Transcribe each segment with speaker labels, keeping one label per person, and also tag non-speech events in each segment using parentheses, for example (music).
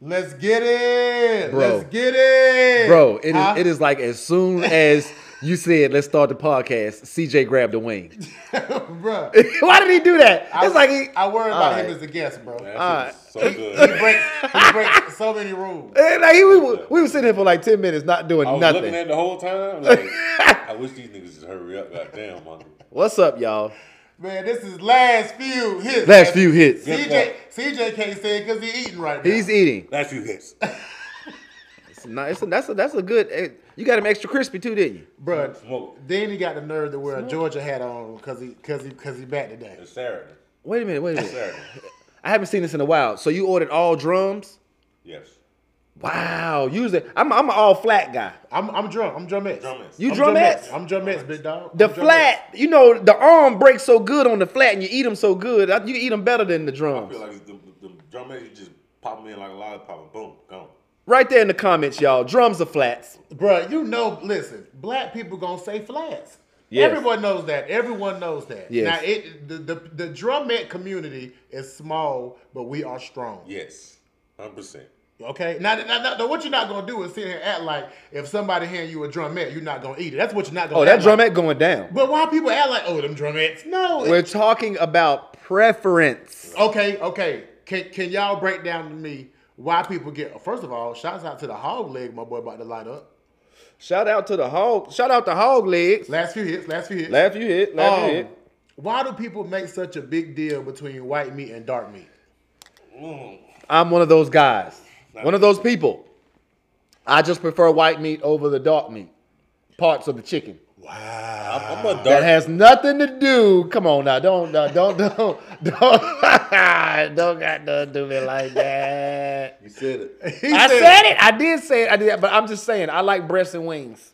Speaker 1: Let's get it.
Speaker 2: Bro.
Speaker 1: Let's get it.
Speaker 3: (laughs)
Speaker 2: Bro, it is,
Speaker 1: Huh?
Speaker 2: it is like as soon as you said, let's start the podcast, CJ grabbed the wing. (laughs)
Speaker 1: (laughs) Bro.
Speaker 2: Why did he do that? It's like he,
Speaker 1: I worry about
Speaker 2: All
Speaker 1: him
Speaker 2: right.
Speaker 1: as a guest, bro.
Speaker 3: That shit was
Speaker 2: (laughs)
Speaker 3: so
Speaker 1: He
Speaker 3: good.
Speaker 1: breaks, he breaks so many rules.
Speaker 2: eh, like he we, were- we were sitting here for like 10 minutes not doing
Speaker 3: I was
Speaker 2: nothing.
Speaker 3: looking at it the whole
Speaker 2: (laughs)
Speaker 3: time. Like, I wish these niggas just hurry up. Goddamn, man.
Speaker 2: What's up, y'all?
Speaker 1: Man, this is last few hits.
Speaker 2: Last few hits.
Speaker 1: CJ, CJ can't say it because he eating right now.
Speaker 2: He's eating.
Speaker 3: That's you hits.
Speaker 2: It's not- it's a- that's, a, that's a good. eh, You got him extra crispy too, didn't you?
Speaker 1: bro.
Speaker 3: Smoke.
Speaker 1: Then he got the nerve to wear a Georgia hat on because he because he because he back today.
Speaker 3: It's Saturday.
Speaker 2: Wait a minute, wait a
Speaker 3: It's
Speaker 2: minute.
Speaker 3: Saturday.
Speaker 2: I haven't seen this in a while. So you ordered all drums?
Speaker 3: Yes.
Speaker 2: Wow. Usually, I'm, I'm an all flat guy.
Speaker 1: I'm I'm drum. I'm drumettes.
Speaker 3: Drumettes.
Speaker 2: You
Speaker 1: I'm
Speaker 2: drumettes?
Speaker 1: I'm drumettes, big dog.
Speaker 2: The
Speaker 1: I'm drumettes.
Speaker 2: flat, you know, the arm breaks so good on the flat, and you eat them so good. I- You eat them better than the
Speaker 3: I
Speaker 2: drums.
Speaker 3: feel like it's the, the drum man, you just pop me in like a lollipop and boom, gone.
Speaker 2: Right there in the comments, y'all. Drums are flats.
Speaker 1: Bruh, you know, listen, black people gonna say flats.
Speaker 2: Yes.
Speaker 1: Everyone knows that. Everyone knows that.
Speaker 2: Yes.
Speaker 1: Now, it the, the the drumette community is small, but we are strong.
Speaker 3: Yes. 100%.
Speaker 1: Okay. Now, now, now, now what you're not gonna do is sit here and act like if somebody hand you a drumette, you're not gonna eat it. That's what you're not gonna.
Speaker 2: Oh, that
Speaker 1: act like.
Speaker 2: drumette going down.
Speaker 1: But why people act like oh them drumettes? No. it-
Speaker 2: We're talking about preference.
Speaker 1: Okay, okay. Can can y'all break down to me why people get? First of all, shouts out to the hog leg, my boy, about to light up.
Speaker 2: Shout out to the hog. Shout out to hog legs.
Speaker 1: Last few hits, last few hits.
Speaker 2: Laugh you hit. Laugh you
Speaker 1: Um,
Speaker 2: hit.
Speaker 1: why do people make such a big deal between white meat and dark meat?
Speaker 3: Mm.
Speaker 2: I'm one of those guys. One of those people. I just prefer white meat over the dark meat. Parts of the chicken.
Speaker 1: Uh,
Speaker 3: I'm, I'm a dark.
Speaker 2: Ah, That has nothing to do. Come on now, don't uh, don't (laughs) don't don't don't got nothing to do me like that.
Speaker 3: you
Speaker 2: (laughs)
Speaker 3: said it.
Speaker 1: (laughs) He
Speaker 2: I said it. I did say it. I did, that, but I'm just saying. I like breasts and wings.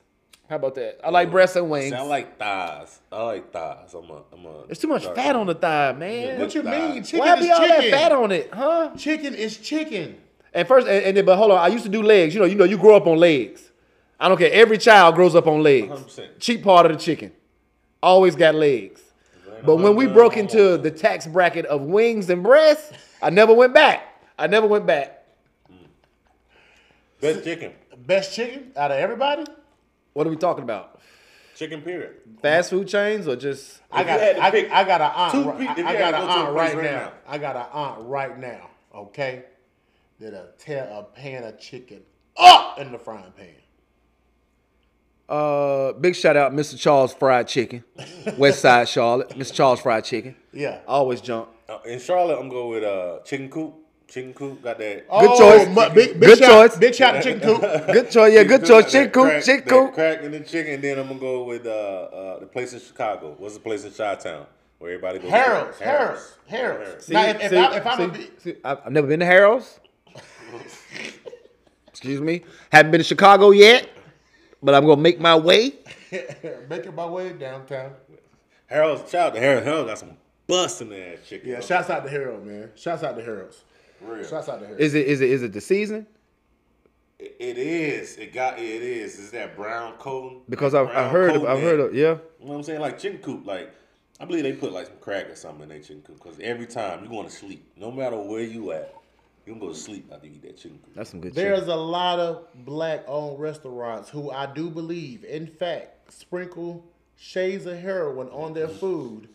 Speaker 2: How about that? I like breasts and wings.
Speaker 3: See, I like thighs. I like thighs. I'm a. I'm a
Speaker 2: There's too much fat on the thigh, man.
Speaker 1: What you mean? Chicken
Speaker 2: Why
Speaker 1: is
Speaker 2: be all that
Speaker 1: chicken.
Speaker 2: fat on it, huh?
Speaker 1: Chicken is chicken.
Speaker 2: At first, and, and then, but hold on. I used to do legs. You know, you know, you grow up on legs. I don't care. Every child grows up on legs.
Speaker 3: 100%.
Speaker 2: Cheap part of the chicken. Always got legs. But when we broke into the tax bracket of wings and breasts, I never went back. I never went back.
Speaker 3: Best chicken.
Speaker 1: Best chicken out of everybody.
Speaker 2: What are we talking about?
Speaker 3: Chicken period.
Speaker 2: Fast food chains or just?
Speaker 1: I
Speaker 3: If
Speaker 1: got,
Speaker 3: you had to
Speaker 1: I,
Speaker 3: pick
Speaker 1: I got an aunt.
Speaker 3: two
Speaker 1: ri-
Speaker 3: pe- if you
Speaker 1: I, I
Speaker 3: had
Speaker 1: got
Speaker 3: to
Speaker 1: an
Speaker 3: go to a
Speaker 1: aunt
Speaker 3: place
Speaker 1: right,
Speaker 3: right
Speaker 1: now.
Speaker 3: now.
Speaker 1: I got an aunt right now. Okay, that'll tear a pan of chicken up in the frying pan.
Speaker 2: Uh, big shout out, Mr. Charles Fried Chicken, West Side Charlotte. Mr. Charles Fried Chicken.
Speaker 1: Yeah.
Speaker 2: Always jump.
Speaker 3: Uh, in Charlotte, I'm going with uh, chicken coop. Chicken coop got that.
Speaker 2: Good choice.
Speaker 1: Oh, mu- big, big
Speaker 2: Good
Speaker 1: shout,
Speaker 2: choice.
Speaker 1: Big shout to
Speaker 3: (laughs)
Speaker 1: Chicken Coop. (laughs)
Speaker 2: Oh, Good choice. Yeah, good choice. Chick
Speaker 3: That
Speaker 2: coop.
Speaker 3: crack-
Speaker 2: Chick
Speaker 3: that
Speaker 2: coop.
Speaker 3: Crack in the chicken. Then I'm gonna go with uh, uh, the place in Chicago. What's the place in Chi Town where everybody goes?
Speaker 1: Harold's, Harold's, Harold's.
Speaker 2: See,
Speaker 1: Now, if, if,
Speaker 2: see,
Speaker 1: I, if I'm a
Speaker 2: see,
Speaker 1: big,
Speaker 2: see, I've I've never been to Harold's. Excuse me. Haven't been to Chicago yet, but I'm gonna make my way.
Speaker 1: making my way downtown.
Speaker 3: Harold's child. Harold, Harold got some busting ass chicken.
Speaker 1: Yeah, shouts out to Harold, man. Shouts out to Harold's.
Speaker 3: Real.
Speaker 1: Shouts out to Harold.
Speaker 2: Is it is it is it the season?
Speaker 3: It- it is. It got. It is. It's that brown coat.
Speaker 2: Because I've,
Speaker 3: brown
Speaker 2: I've heard
Speaker 3: coat
Speaker 2: of, I've
Speaker 3: neck.
Speaker 2: heard of yeah.
Speaker 3: You know what I'm saying? Like chicken coop, like I believe they put like some crack or something in their chicken coop because every time you going to sleep, no matter where you at, you gonna go to sleep after you eat that chicken coop. (laughs)
Speaker 2: That's some good shit.
Speaker 1: There's a lot of black-owned restaurants who I do believe, in fact, sprinkle shades of heroin on
Speaker 2: Mm-hmm.
Speaker 1: their food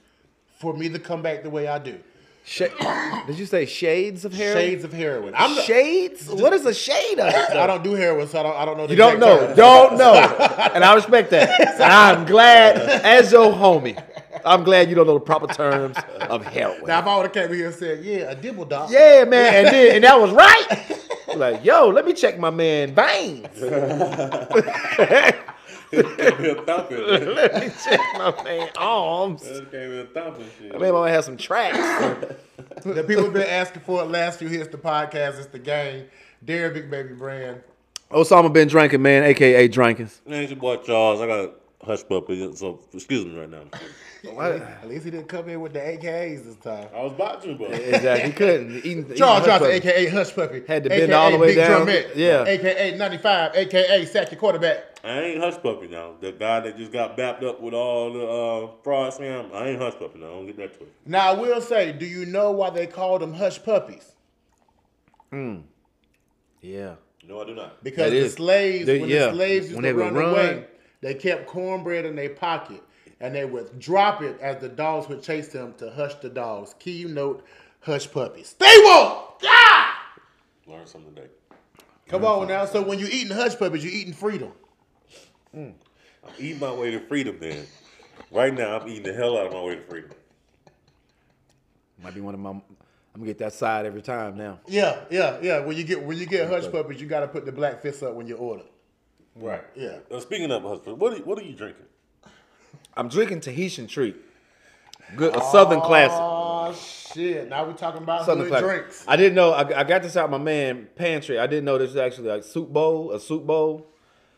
Speaker 1: for me to come back the way I do.
Speaker 2: Sha- (coughs) Did you say shades of Harold?
Speaker 1: Shades of heroin. I'm the,
Speaker 2: shades? What is a shade of?
Speaker 1: I don't do heroin, so I don't, I don't know. The
Speaker 2: You don't
Speaker 1: exact
Speaker 2: know.
Speaker 1: term.
Speaker 2: Don't know. And I respect that. And I'm glad, as your homie, I'm glad you don't know the proper terms of heroin.
Speaker 1: Now, if I would have came here and said, "Yeah, a dibble dog."
Speaker 2: Yeah, man. And then, and that was right. Like, yo, let me check my man veins. (laughs)
Speaker 3: Came here thumping.
Speaker 2: let me check my man arms.
Speaker 3: Just Came here thumping. Shit.
Speaker 2: Man, I have some tracks.
Speaker 1: (laughs) the people have been asking for it last few hits. The podcast, it's the game. Dare Big Baby Brand.
Speaker 2: Osama been drinking, man, aka drinkins.
Speaker 3: Man, it's your boy Charles. I got a hush puppy, so excuse me right now.
Speaker 1: At least he didn't come in with the AKAs this time.
Speaker 3: I was about to, but
Speaker 2: Exactly. He couldn't. Eating,
Speaker 1: Charles Johnson, aka Hush Puppy,
Speaker 2: Had to
Speaker 1: AKA
Speaker 2: bend all the way
Speaker 1: Big
Speaker 2: down.
Speaker 1: Drumette,
Speaker 2: Yeah.
Speaker 1: aka ninety five, aka sack your quarterback.
Speaker 3: I ain't hush puppy now. The guy that just got bapped up with all the uh, fraud scam, I ain't hush puppy now. I don't get that twisted.
Speaker 1: Now I will say, do you know why they called them Hush Puppies?
Speaker 2: Yeah.
Speaker 3: No, I do not.
Speaker 1: Because
Speaker 2: That
Speaker 1: the
Speaker 2: is-
Speaker 1: slaves,
Speaker 2: they-
Speaker 1: when
Speaker 2: yeah,
Speaker 1: the slaves used
Speaker 2: when
Speaker 1: to
Speaker 2: they would
Speaker 1: run,
Speaker 2: run.
Speaker 1: away, they kept cornbread in their pocket and they would drop it as the dogs would chase them to hush the dogs. Key note, hush puppies. Stay woke! Ah!
Speaker 3: Learn something today.
Speaker 1: Come on now. So when you eating hush puppies, you eating freedom.
Speaker 3: I'm eating my way to freedom then. Right now, I'm eating the hell out of my way to freedom.
Speaker 2: Might be one of my. I'm gonna get that side every time now.
Speaker 1: Yeah, yeah, yeah. When you get when you get hush puppies, you gotta put the black fist up when you order.
Speaker 3: Right.
Speaker 1: Yeah.
Speaker 3: Uh, speaking of husband, what are, what are you drinking?
Speaker 2: I'm drinking Tahitian treat. Good, a Southern classic.
Speaker 1: Oh shit! Now we talking about
Speaker 2: Southern
Speaker 1: good
Speaker 2: classic.
Speaker 1: drinks.
Speaker 2: I didn't know. I, I got this out of my man pantry. I didn't know this was actually like soup bowl, a soup bowl.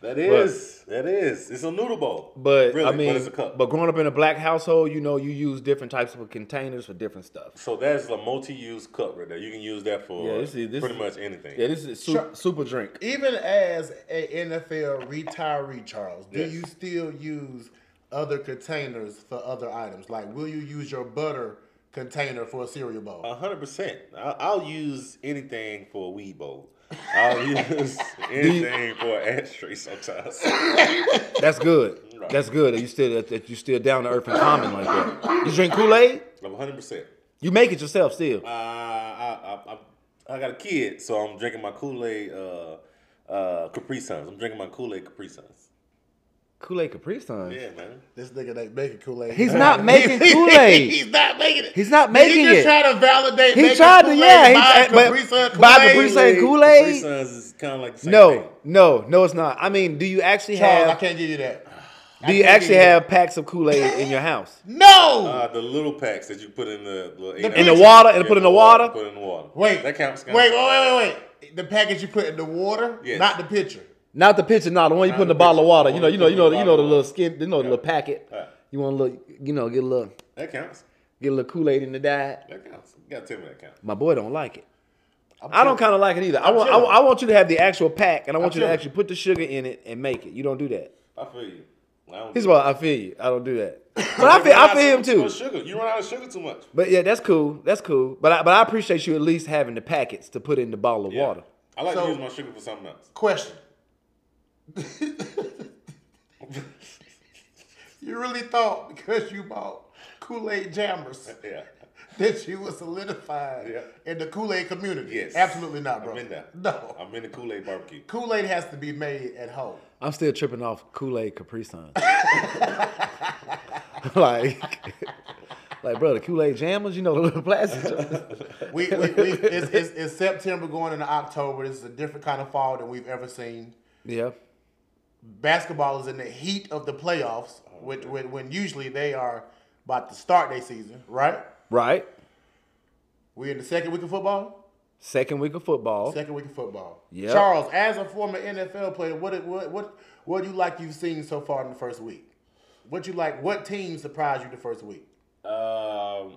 Speaker 3: That is. That is. It's a noodle bowl.
Speaker 2: But
Speaker 3: really,
Speaker 2: I mean,
Speaker 3: but it's a cup.
Speaker 2: but growing up in a black household, you know, you use different types of containers for different stuff.
Speaker 3: so that's a multi-use cup right there. You can use that for
Speaker 2: Yeah, this is- this
Speaker 3: pretty
Speaker 2: is-
Speaker 3: much anything.
Speaker 2: Yeah, this is su-
Speaker 1: Sure.
Speaker 2: super drink.
Speaker 1: Even as a NFL retiree, Charles, do
Speaker 3: Yes.
Speaker 1: you still use other containers for other items? Like, will you use your butter container for a cereal bowl?
Speaker 3: A hundred percent. I- I'll use anything for a weed bowl.
Speaker 2: (laughs)
Speaker 3: I'll use
Speaker 2: you-
Speaker 3: anything for an
Speaker 2: (laughs)
Speaker 3: ashtray sometimes.
Speaker 2: That's good.
Speaker 3: Right.
Speaker 2: That's good. That you still that, that you still down to earth and common like that. You drink Kool Aid.
Speaker 3: A hundred percent.
Speaker 2: You make it yourself still.
Speaker 3: Uh, I, I, I, I got a kid, so I'm drinking my Kool Aid uh, uh, Capri Suns. I'm drinking my Kool Aid Capri Suns.
Speaker 2: Kool Aid Capri Sun.
Speaker 3: Yeah, man.
Speaker 1: this nigga ain't making Kool Aid.
Speaker 2: He's not making Kool Aid.
Speaker 3: (laughs)
Speaker 1: He's not making it.
Speaker 2: He's not
Speaker 1: he
Speaker 2: making
Speaker 1: just
Speaker 2: it.
Speaker 1: tried to validate.
Speaker 2: He
Speaker 1: making
Speaker 2: tried to,
Speaker 1: Kool-Aid
Speaker 2: yeah. He,
Speaker 1: by
Speaker 2: but
Speaker 1: Capri Sun
Speaker 2: by
Speaker 1: Kool-Aid.
Speaker 2: Capri Sun Kool
Speaker 3: Capri
Speaker 2: Aid.
Speaker 3: Suns is kind of like the same thing.
Speaker 2: No, no, no, it's not. I mean, do you actually
Speaker 1: Charles, I
Speaker 2: have?
Speaker 1: can't give you that.
Speaker 2: Do you
Speaker 1: can't
Speaker 2: actually
Speaker 1: give you
Speaker 2: have packs of Kool Aid in your house?
Speaker 1: No.
Speaker 3: Uh, the little packs that you put in the little eight
Speaker 2: in the
Speaker 3: ounce-
Speaker 2: water, and put in the water?
Speaker 3: Put in the water.
Speaker 1: wait.
Speaker 3: that counts.
Speaker 1: Wait, wait, wait, wait, wait. The package you put in the water,
Speaker 3: Yes.
Speaker 1: not the pitcher.
Speaker 2: Not the pitcher, not the one you
Speaker 3: Not
Speaker 2: put in
Speaker 3: the
Speaker 2: the bottle of
Speaker 3: pitcher.
Speaker 2: water.
Speaker 3: The
Speaker 2: You
Speaker 3: one
Speaker 2: know,
Speaker 3: you
Speaker 2: you know,
Speaker 3: put
Speaker 2: you know,
Speaker 3: in the
Speaker 2: you know
Speaker 3: bottle
Speaker 2: the
Speaker 3: of
Speaker 2: little
Speaker 3: water.
Speaker 2: skin, you know the little packet.
Speaker 3: Alright.
Speaker 2: You want a little, you know, get a little,
Speaker 3: That counts.
Speaker 2: get a little Kool Aid in the diet.
Speaker 3: That counts. You gotta tell me that counts.
Speaker 2: My boy don't like it. I don't kind of like it either. I want, I,
Speaker 1: chilling.
Speaker 2: want- I want you to have the actual pack, and I want you to
Speaker 1: chilling.
Speaker 2: actually put the sugar in it and make it. You don't do that.
Speaker 3: I feel you. I don't
Speaker 2: He's
Speaker 3: do
Speaker 2: why I feel you. I don't do
Speaker 3: (coughs)
Speaker 2: that. But I feel, I feel him
Speaker 3: Too
Speaker 2: too.
Speaker 3: much sugar. You run out of sugar too much.
Speaker 2: But yeah, that's cool. That's cool. But I, but I appreciate you at least having the packets to put in the bottle of
Speaker 3: Yeah.
Speaker 2: water.
Speaker 3: I like
Speaker 1: So-
Speaker 3: to use my sugar for something else.
Speaker 1: Question. (laughs) you really thought because you bought Kool Aid jammers
Speaker 3: (laughs) Yeah.
Speaker 1: that you were solidified
Speaker 3: Yeah.
Speaker 1: in the Kool Aid community?
Speaker 3: Yes.
Speaker 1: Absolutely not, bro.
Speaker 3: I'm in there.
Speaker 1: No.
Speaker 3: I'm in the Kool Aid barbecue.
Speaker 1: Kool Aid has to be made at home.
Speaker 2: I'm still tripping off Kool Aid Capri Sun. (laughs) like, like, bro, the Kool Aid jammers, you know, the little plastic.
Speaker 1: We, we,
Speaker 3: (laughs)
Speaker 1: we it's, it's, it's September going into October. This is a different kind of fall than we've ever seen.
Speaker 2: yeah.
Speaker 1: basketball is in the heat of the playoffs,
Speaker 3: Oh,
Speaker 1: which, when, when usually they are about to start their season, right?
Speaker 2: Right.
Speaker 1: We're in the second week of football.
Speaker 2: Second week of football.
Speaker 1: Second week of football.
Speaker 2: Oh. Yep.
Speaker 1: Charles, as a former NFL player, what what what what do you like you've seen so far in the first week? What you like? What team surprised you the first week?
Speaker 3: Um,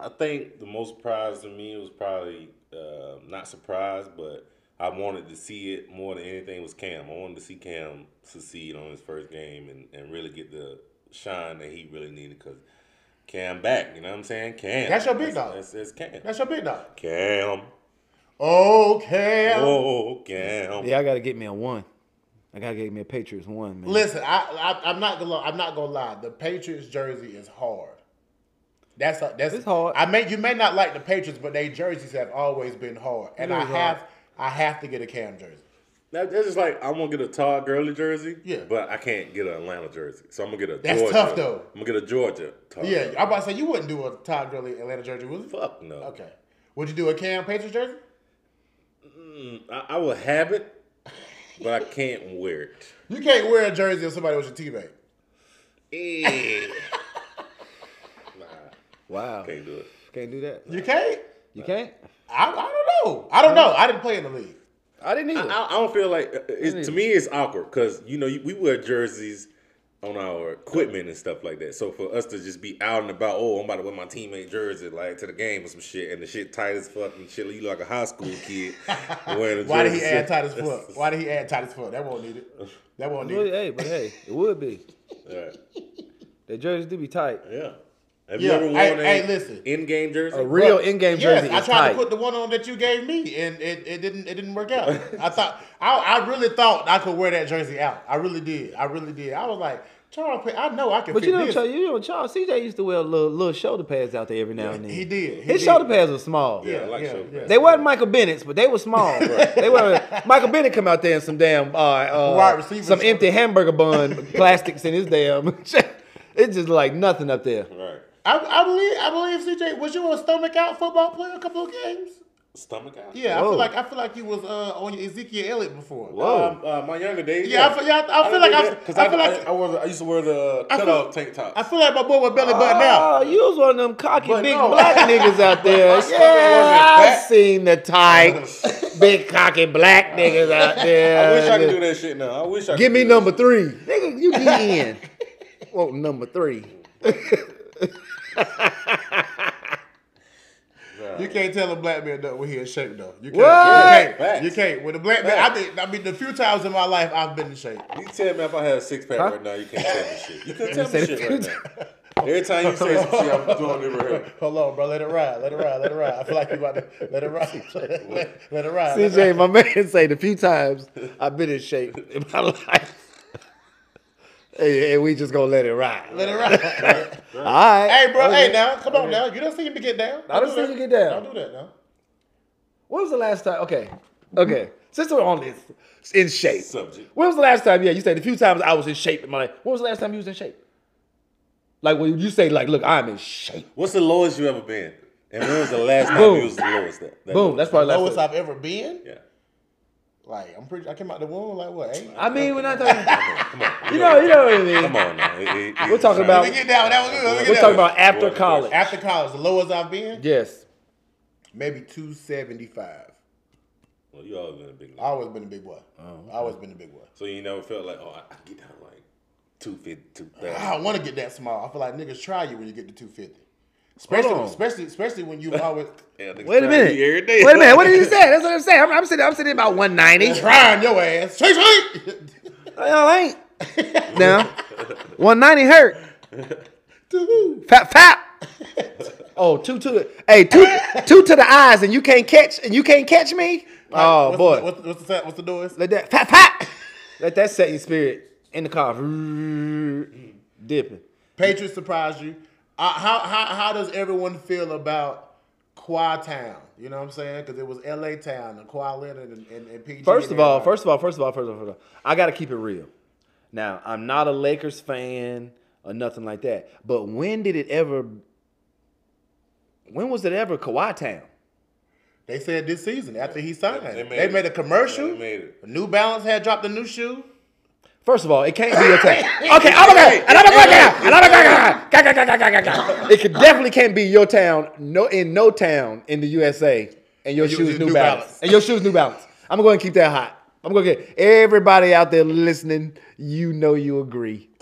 Speaker 3: I think the most surprise to me was probably uh, not surprised, but I wanted to see it more than anything was Cam. I wanted to see Cam succeed on his first game and, and really get the shine that he really needed because Cam back. You know what I'm saying? Cam.
Speaker 1: That's your big dog.
Speaker 3: That's, that's Cam.
Speaker 1: That's your big dog.
Speaker 3: Cam.
Speaker 1: Okay.
Speaker 3: Oh, Cam.
Speaker 2: Yeah, I gotta get me a one. I gotta get me a Patriots one, man.
Speaker 1: Listen, I, I I'm not gonna lie- I'm not gonna lie. The Patriots jersey is hard. That's a, that's
Speaker 2: It's hard.
Speaker 1: I may you may not like the Patriots, but their jerseys have always been hard, and
Speaker 2: It
Speaker 1: I
Speaker 2: is
Speaker 1: have
Speaker 2: hard.
Speaker 1: I have to get a Cam jersey.
Speaker 3: That, that's just like I'm gonna get a Todd Gurley jersey,
Speaker 1: Yeah.
Speaker 3: but I can't get an Atlanta jersey, so I'm gonna get a
Speaker 1: That's
Speaker 3: Georgia.
Speaker 1: tough, though.
Speaker 3: I'm gonna get a Georgia. Todd
Speaker 1: Yeah,
Speaker 3: Gurley.
Speaker 1: I'm about to say you wouldn't do a Todd Gurley Atlanta jersey, would you?
Speaker 3: Fuck no.
Speaker 1: Okay, would you do a Cam Patriots jersey?
Speaker 3: I, I will have it, but (laughs) I can't wear it.
Speaker 1: You can't wear a jersey if somebody was your teammate.
Speaker 3: Eh. nah,
Speaker 2: Wow.
Speaker 3: can't do it.
Speaker 2: Can't do that.
Speaker 1: You can't.
Speaker 2: You can't?
Speaker 1: I, I don't know. I don't know. I didn't play in the league.
Speaker 2: I didn't
Speaker 3: I,
Speaker 2: either.
Speaker 3: I- I don't feel like it, to me it's awkward because you know we wear jerseys on our equipment and stuff like that. So for us to just be out and about, oh, I'm about to wear my teammate jersey like to the game or some shit, and the shit tight as fuck and shit, you look like a high school
Speaker 1: (laughs)
Speaker 3: kid wearing a
Speaker 1: Why did
Speaker 3: jersey.
Speaker 1: he add Titus
Speaker 3: (laughs)
Speaker 1: Foot? Why did he add Titus Foot? That won't need it. That won't need
Speaker 2: Well,
Speaker 1: it.
Speaker 2: hey, but hey, it would be.
Speaker 3: All right.
Speaker 2: The jerseys do be tight.
Speaker 3: Yeah. Have
Speaker 1: Yeah,
Speaker 3: you ever worn
Speaker 1: hey-
Speaker 3: a
Speaker 1: hey, listen.
Speaker 3: in-game jersey?
Speaker 2: A real
Speaker 1: Look,
Speaker 2: in-game
Speaker 1: yes,
Speaker 2: jersey
Speaker 1: I
Speaker 2: is
Speaker 1: tried
Speaker 2: tight.
Speaker 1: to put the one on that you gave me, and it, it didn't it didn't work out. I thought I, I really thought I could wear that jersey out. I really did. I really did. I was like Charles, Pitt- I know I can.
Speaker 2: But
Speaker 1: fit
Speaker 2: you know,
Speaker 1: this.
Speaker 2: Charles, you know, Charles CJ used to wear little little shoulder pads out there every now and then.
Speaker 1: he did. He
Speaker 2: His
Speaker 1: did.
Speaker 2: shoulder pads were small.
Speaker 3: yeah,
Speaker 1: yeah,
Speaker 3: I like
Speaker 1: yeah,
Speaker 3: show
Speaker 1: yeah.
Speaker 3: pads.
Speaker 2: They wasn't Michael Bennett's, but they were
Speaker 3: (laughs)
Speaker 2: small. They were Michael Bennett come out there in some damn uh, uh,
Speaker 1: Wide receiver
Speaker 2: some
Speaker 1: shoulder.
Speaker 2: empty hamburger bun plastics in his damn. (laughs) it's just like nothing up there.
Speaker 3: right.
Speaker 1: I, I believe. I believe CJ was you a stomach out football player a couple of games.
Speaker 3: Stomach out.
Speaker 1: Yeah, I
Speaker 2: Whoa.
Speaker 1: feel like I feel like you was uh, on your Ezekiel Elliott before.
Speaker 3: Um, uh, my younger days.
Speaker 1: Yeah, I feel- yeah, I- I feel like I-
Speaker 3: because
Speaker 1: I
Speaker 3: I,
Speaker 1: feel
Speaker 3: I,
Speaker 1: like-
Speaker 3: I, was I used to wear the
Speaker 1: I feel-
Speaker 3: cutoff tank top.
Speaker 1: I feel like my boy with belly button
Speaker 2: Oh,
Speaker 1: out.
Speaker 2: you was one of them cocky
Speaker 3: But
Speaker 2: big
Speaker 3: no.
Speaker 2: black niggas out there.
Speaker 3: stomach
Speaker 2: yeah,
Speaker 3: wasn't
Speaker 2: I
Speaker 3: fat.
Speaker 2: seen the
Speaker 3: (laughs)
Speaker 2: tight big cocky black niggas out there.
Speaker 3: I wish I could do that shit now. I wish I.
Speaker 4: Give
Speaker 3: could
Speaker 4: me
Speaker 3: do that
Speaker 4: number three.
Speaker 2: Nigga, you get
Speaker 3: (laughs)
Speaker 2: in.
Speaker 4: Well, number three. Ah.
Speaker 3: shit.
Speaker 1: You can't tell a black man that when he in shape though. You can't. You
Speaker 2: What?
Speaker 1: can't. You
Speaker 3: Facts.
Speaker 1: can't. With a black man, I mean, I mean, the few times in my life I've been in shape.
Speaker 3: You tell me if I had a six pack right now, you can't tell me shit. You couldn't tell me shit right now. Every time you say some shit, I'm doing it right here.
Speaker 1: Hold on, bro. Let it ride. Let it ride. Let it ride. I feel like you about to let
Speaker 4: (laughs)
Speaker 1: it ride. (laughs) Let, let- let it ride. let it
Speaker 4: CJ, my man, say the few times I've been in shape in my (laughs) life. Hey, and we just gonna let it ride.
Speaker 1: Let it ride.
Speaker 4: (laughs) All right.
Speaker 1: hey, bro. Hey, now, come on now. You don't see me get down.
Speaker 4: I done
Speaker 1: Don't
Speaker 4: seen
Speaker 1: do that.
Speaker 4: you get down.
Speaker 1: Don't do that now.
Speaker 4: When was the last time? Okay, okay. Since we're on this in shape
Speaker 3: Subject.
Speaker 4: When was the last time? Yeah, you said a few times I was in shape in my life. When was the last time you was in shape? Like when you say like, look, I'm in shape.
Speaker 3: What's the lowest you ever been? And when was the last time
Speaker 4: Boom.
Speaker 3: you was the lowest? That, that
Speaker 4: Boom. That's
Speaker 3: lowest?
Speaker 4: probably last.
Speaker 1: Lowest
Speaker 4: time.
Speaker 1: I've ever been.
Speaker 3: Yeah.
Speaker 1: Like I'm pretty. I came out the womb like what? Eight?
Speaker 4: I mean, we're not talking.
Speaker 1: (laughs)
Speaker 3: Come on.
Speaker 4: You know, you know what I mean.
Speaker 3: Come on now. It- it- it-
Speaker 4: We're talking about-
Speaker 1: Let me get down. That was good. Let me
Speaker 4: We're
Speaker 1: get
Speaker 4: talking
Speaker 1: down.
Speaker 4: about after
Speaker 3: Boy,
Speaker 4: college.
Speaker 1: after college. The lowest I've been,
Speaker 4: Yes.
Speaker 1: maybe two seventy five.
Speaker 3: Well, you always been a big
Speaker 1: I
Speaker 3: nigga.
Speaker 1: always been a big boy.
Speaker 2: Oh,
Speaker 1: I always been a big boy.
Speaker 3: So you never felt like, oh, I, I get down like 250, 230.
Speaker 1: I don't want to get that small. I feel like niggas try you when you get to two fifty. Especially,
Speaker 4: on.
Speaker 1: especially, especially when you always (coughs)
Speaker 3: Yeah, niggas
Speaker 4: Wait a
Speaker 3: trying to
Speaker 4: minute.
Speaker 3: eat every
Speaker 4: Wait
Speaker 3: day.
Speaker 4: a minute. What
Speaker 1: (laughs)
Speaker 4: did you say? That's what I'm saying. I'm, I'm sitting. I'm sitting about 190.
Speaker 1: trying your ass. Shake, (laughs) shake.
Speaker 4: Well, (laughs) ain't now 190 hurt.
Speaker 1: Doo-hoo.
Speaker 4: Fap fap. Oh, two to the hey
Speaker 2: (laughs)
Speaker 4: two two to the eyes, and you can't catch and you can't catch me. Oh
Speaker 1: what's
Speaker 4: boy,
Speaker 1: The, what's, what's, the, what's the noise?
Speaker 4: let that fap fap.
Speaker 2: Let that set your spirit in the car. (laughs) Dipping.
Speaker 1: Patriots surprised you. Uh, how, how how does everyone feel about Quad Town? You know what I'm saying? Because it was L.A. Town and Kawhi Leonard and, and, and PG.
Speaker 2: First
Speaker 1: and
Speaker 2: of all,
Speaker 1: everybody.
Speaker 2: first of all, first of all, first of all, first of all, I gotta keep it real. Now, I'm not a Lakers fan or nothing like that. But when did it ever when was it ever Kawhi Town?
Speaker 1: they said this season after he signed,
Speaker 3: They
Speaker 1: they
Speaker 3: made
Speaker 1: made,
Speaker 3: it.
Speaker 1: a commercial.
Speaker 3: They made it.
Speaker 1: New Balance had dropped a new shoe.
Speaker 2: First of all, it can't be a
Speaker 1: (coughs)
Speaker 2: town.
Speaker 4: Okay, I'm okay. Another black guy. Another black guy. Ga, ga, ga, ga, ga, ga, ga. It could definitely can't be your town. No, in no town in the USA, and your
Speaker 1: You-
Speaker 4: shoes
Speaker 1: you-
Speaker 4: New,
Speaker 1: New
Speaker 4: Balance.
Speaker 1: Balance.
Speaker 4: and your shoes New Balance. I'm going to keep that hot. I'm going to get everybody out there listening. You know you agree. (laughs)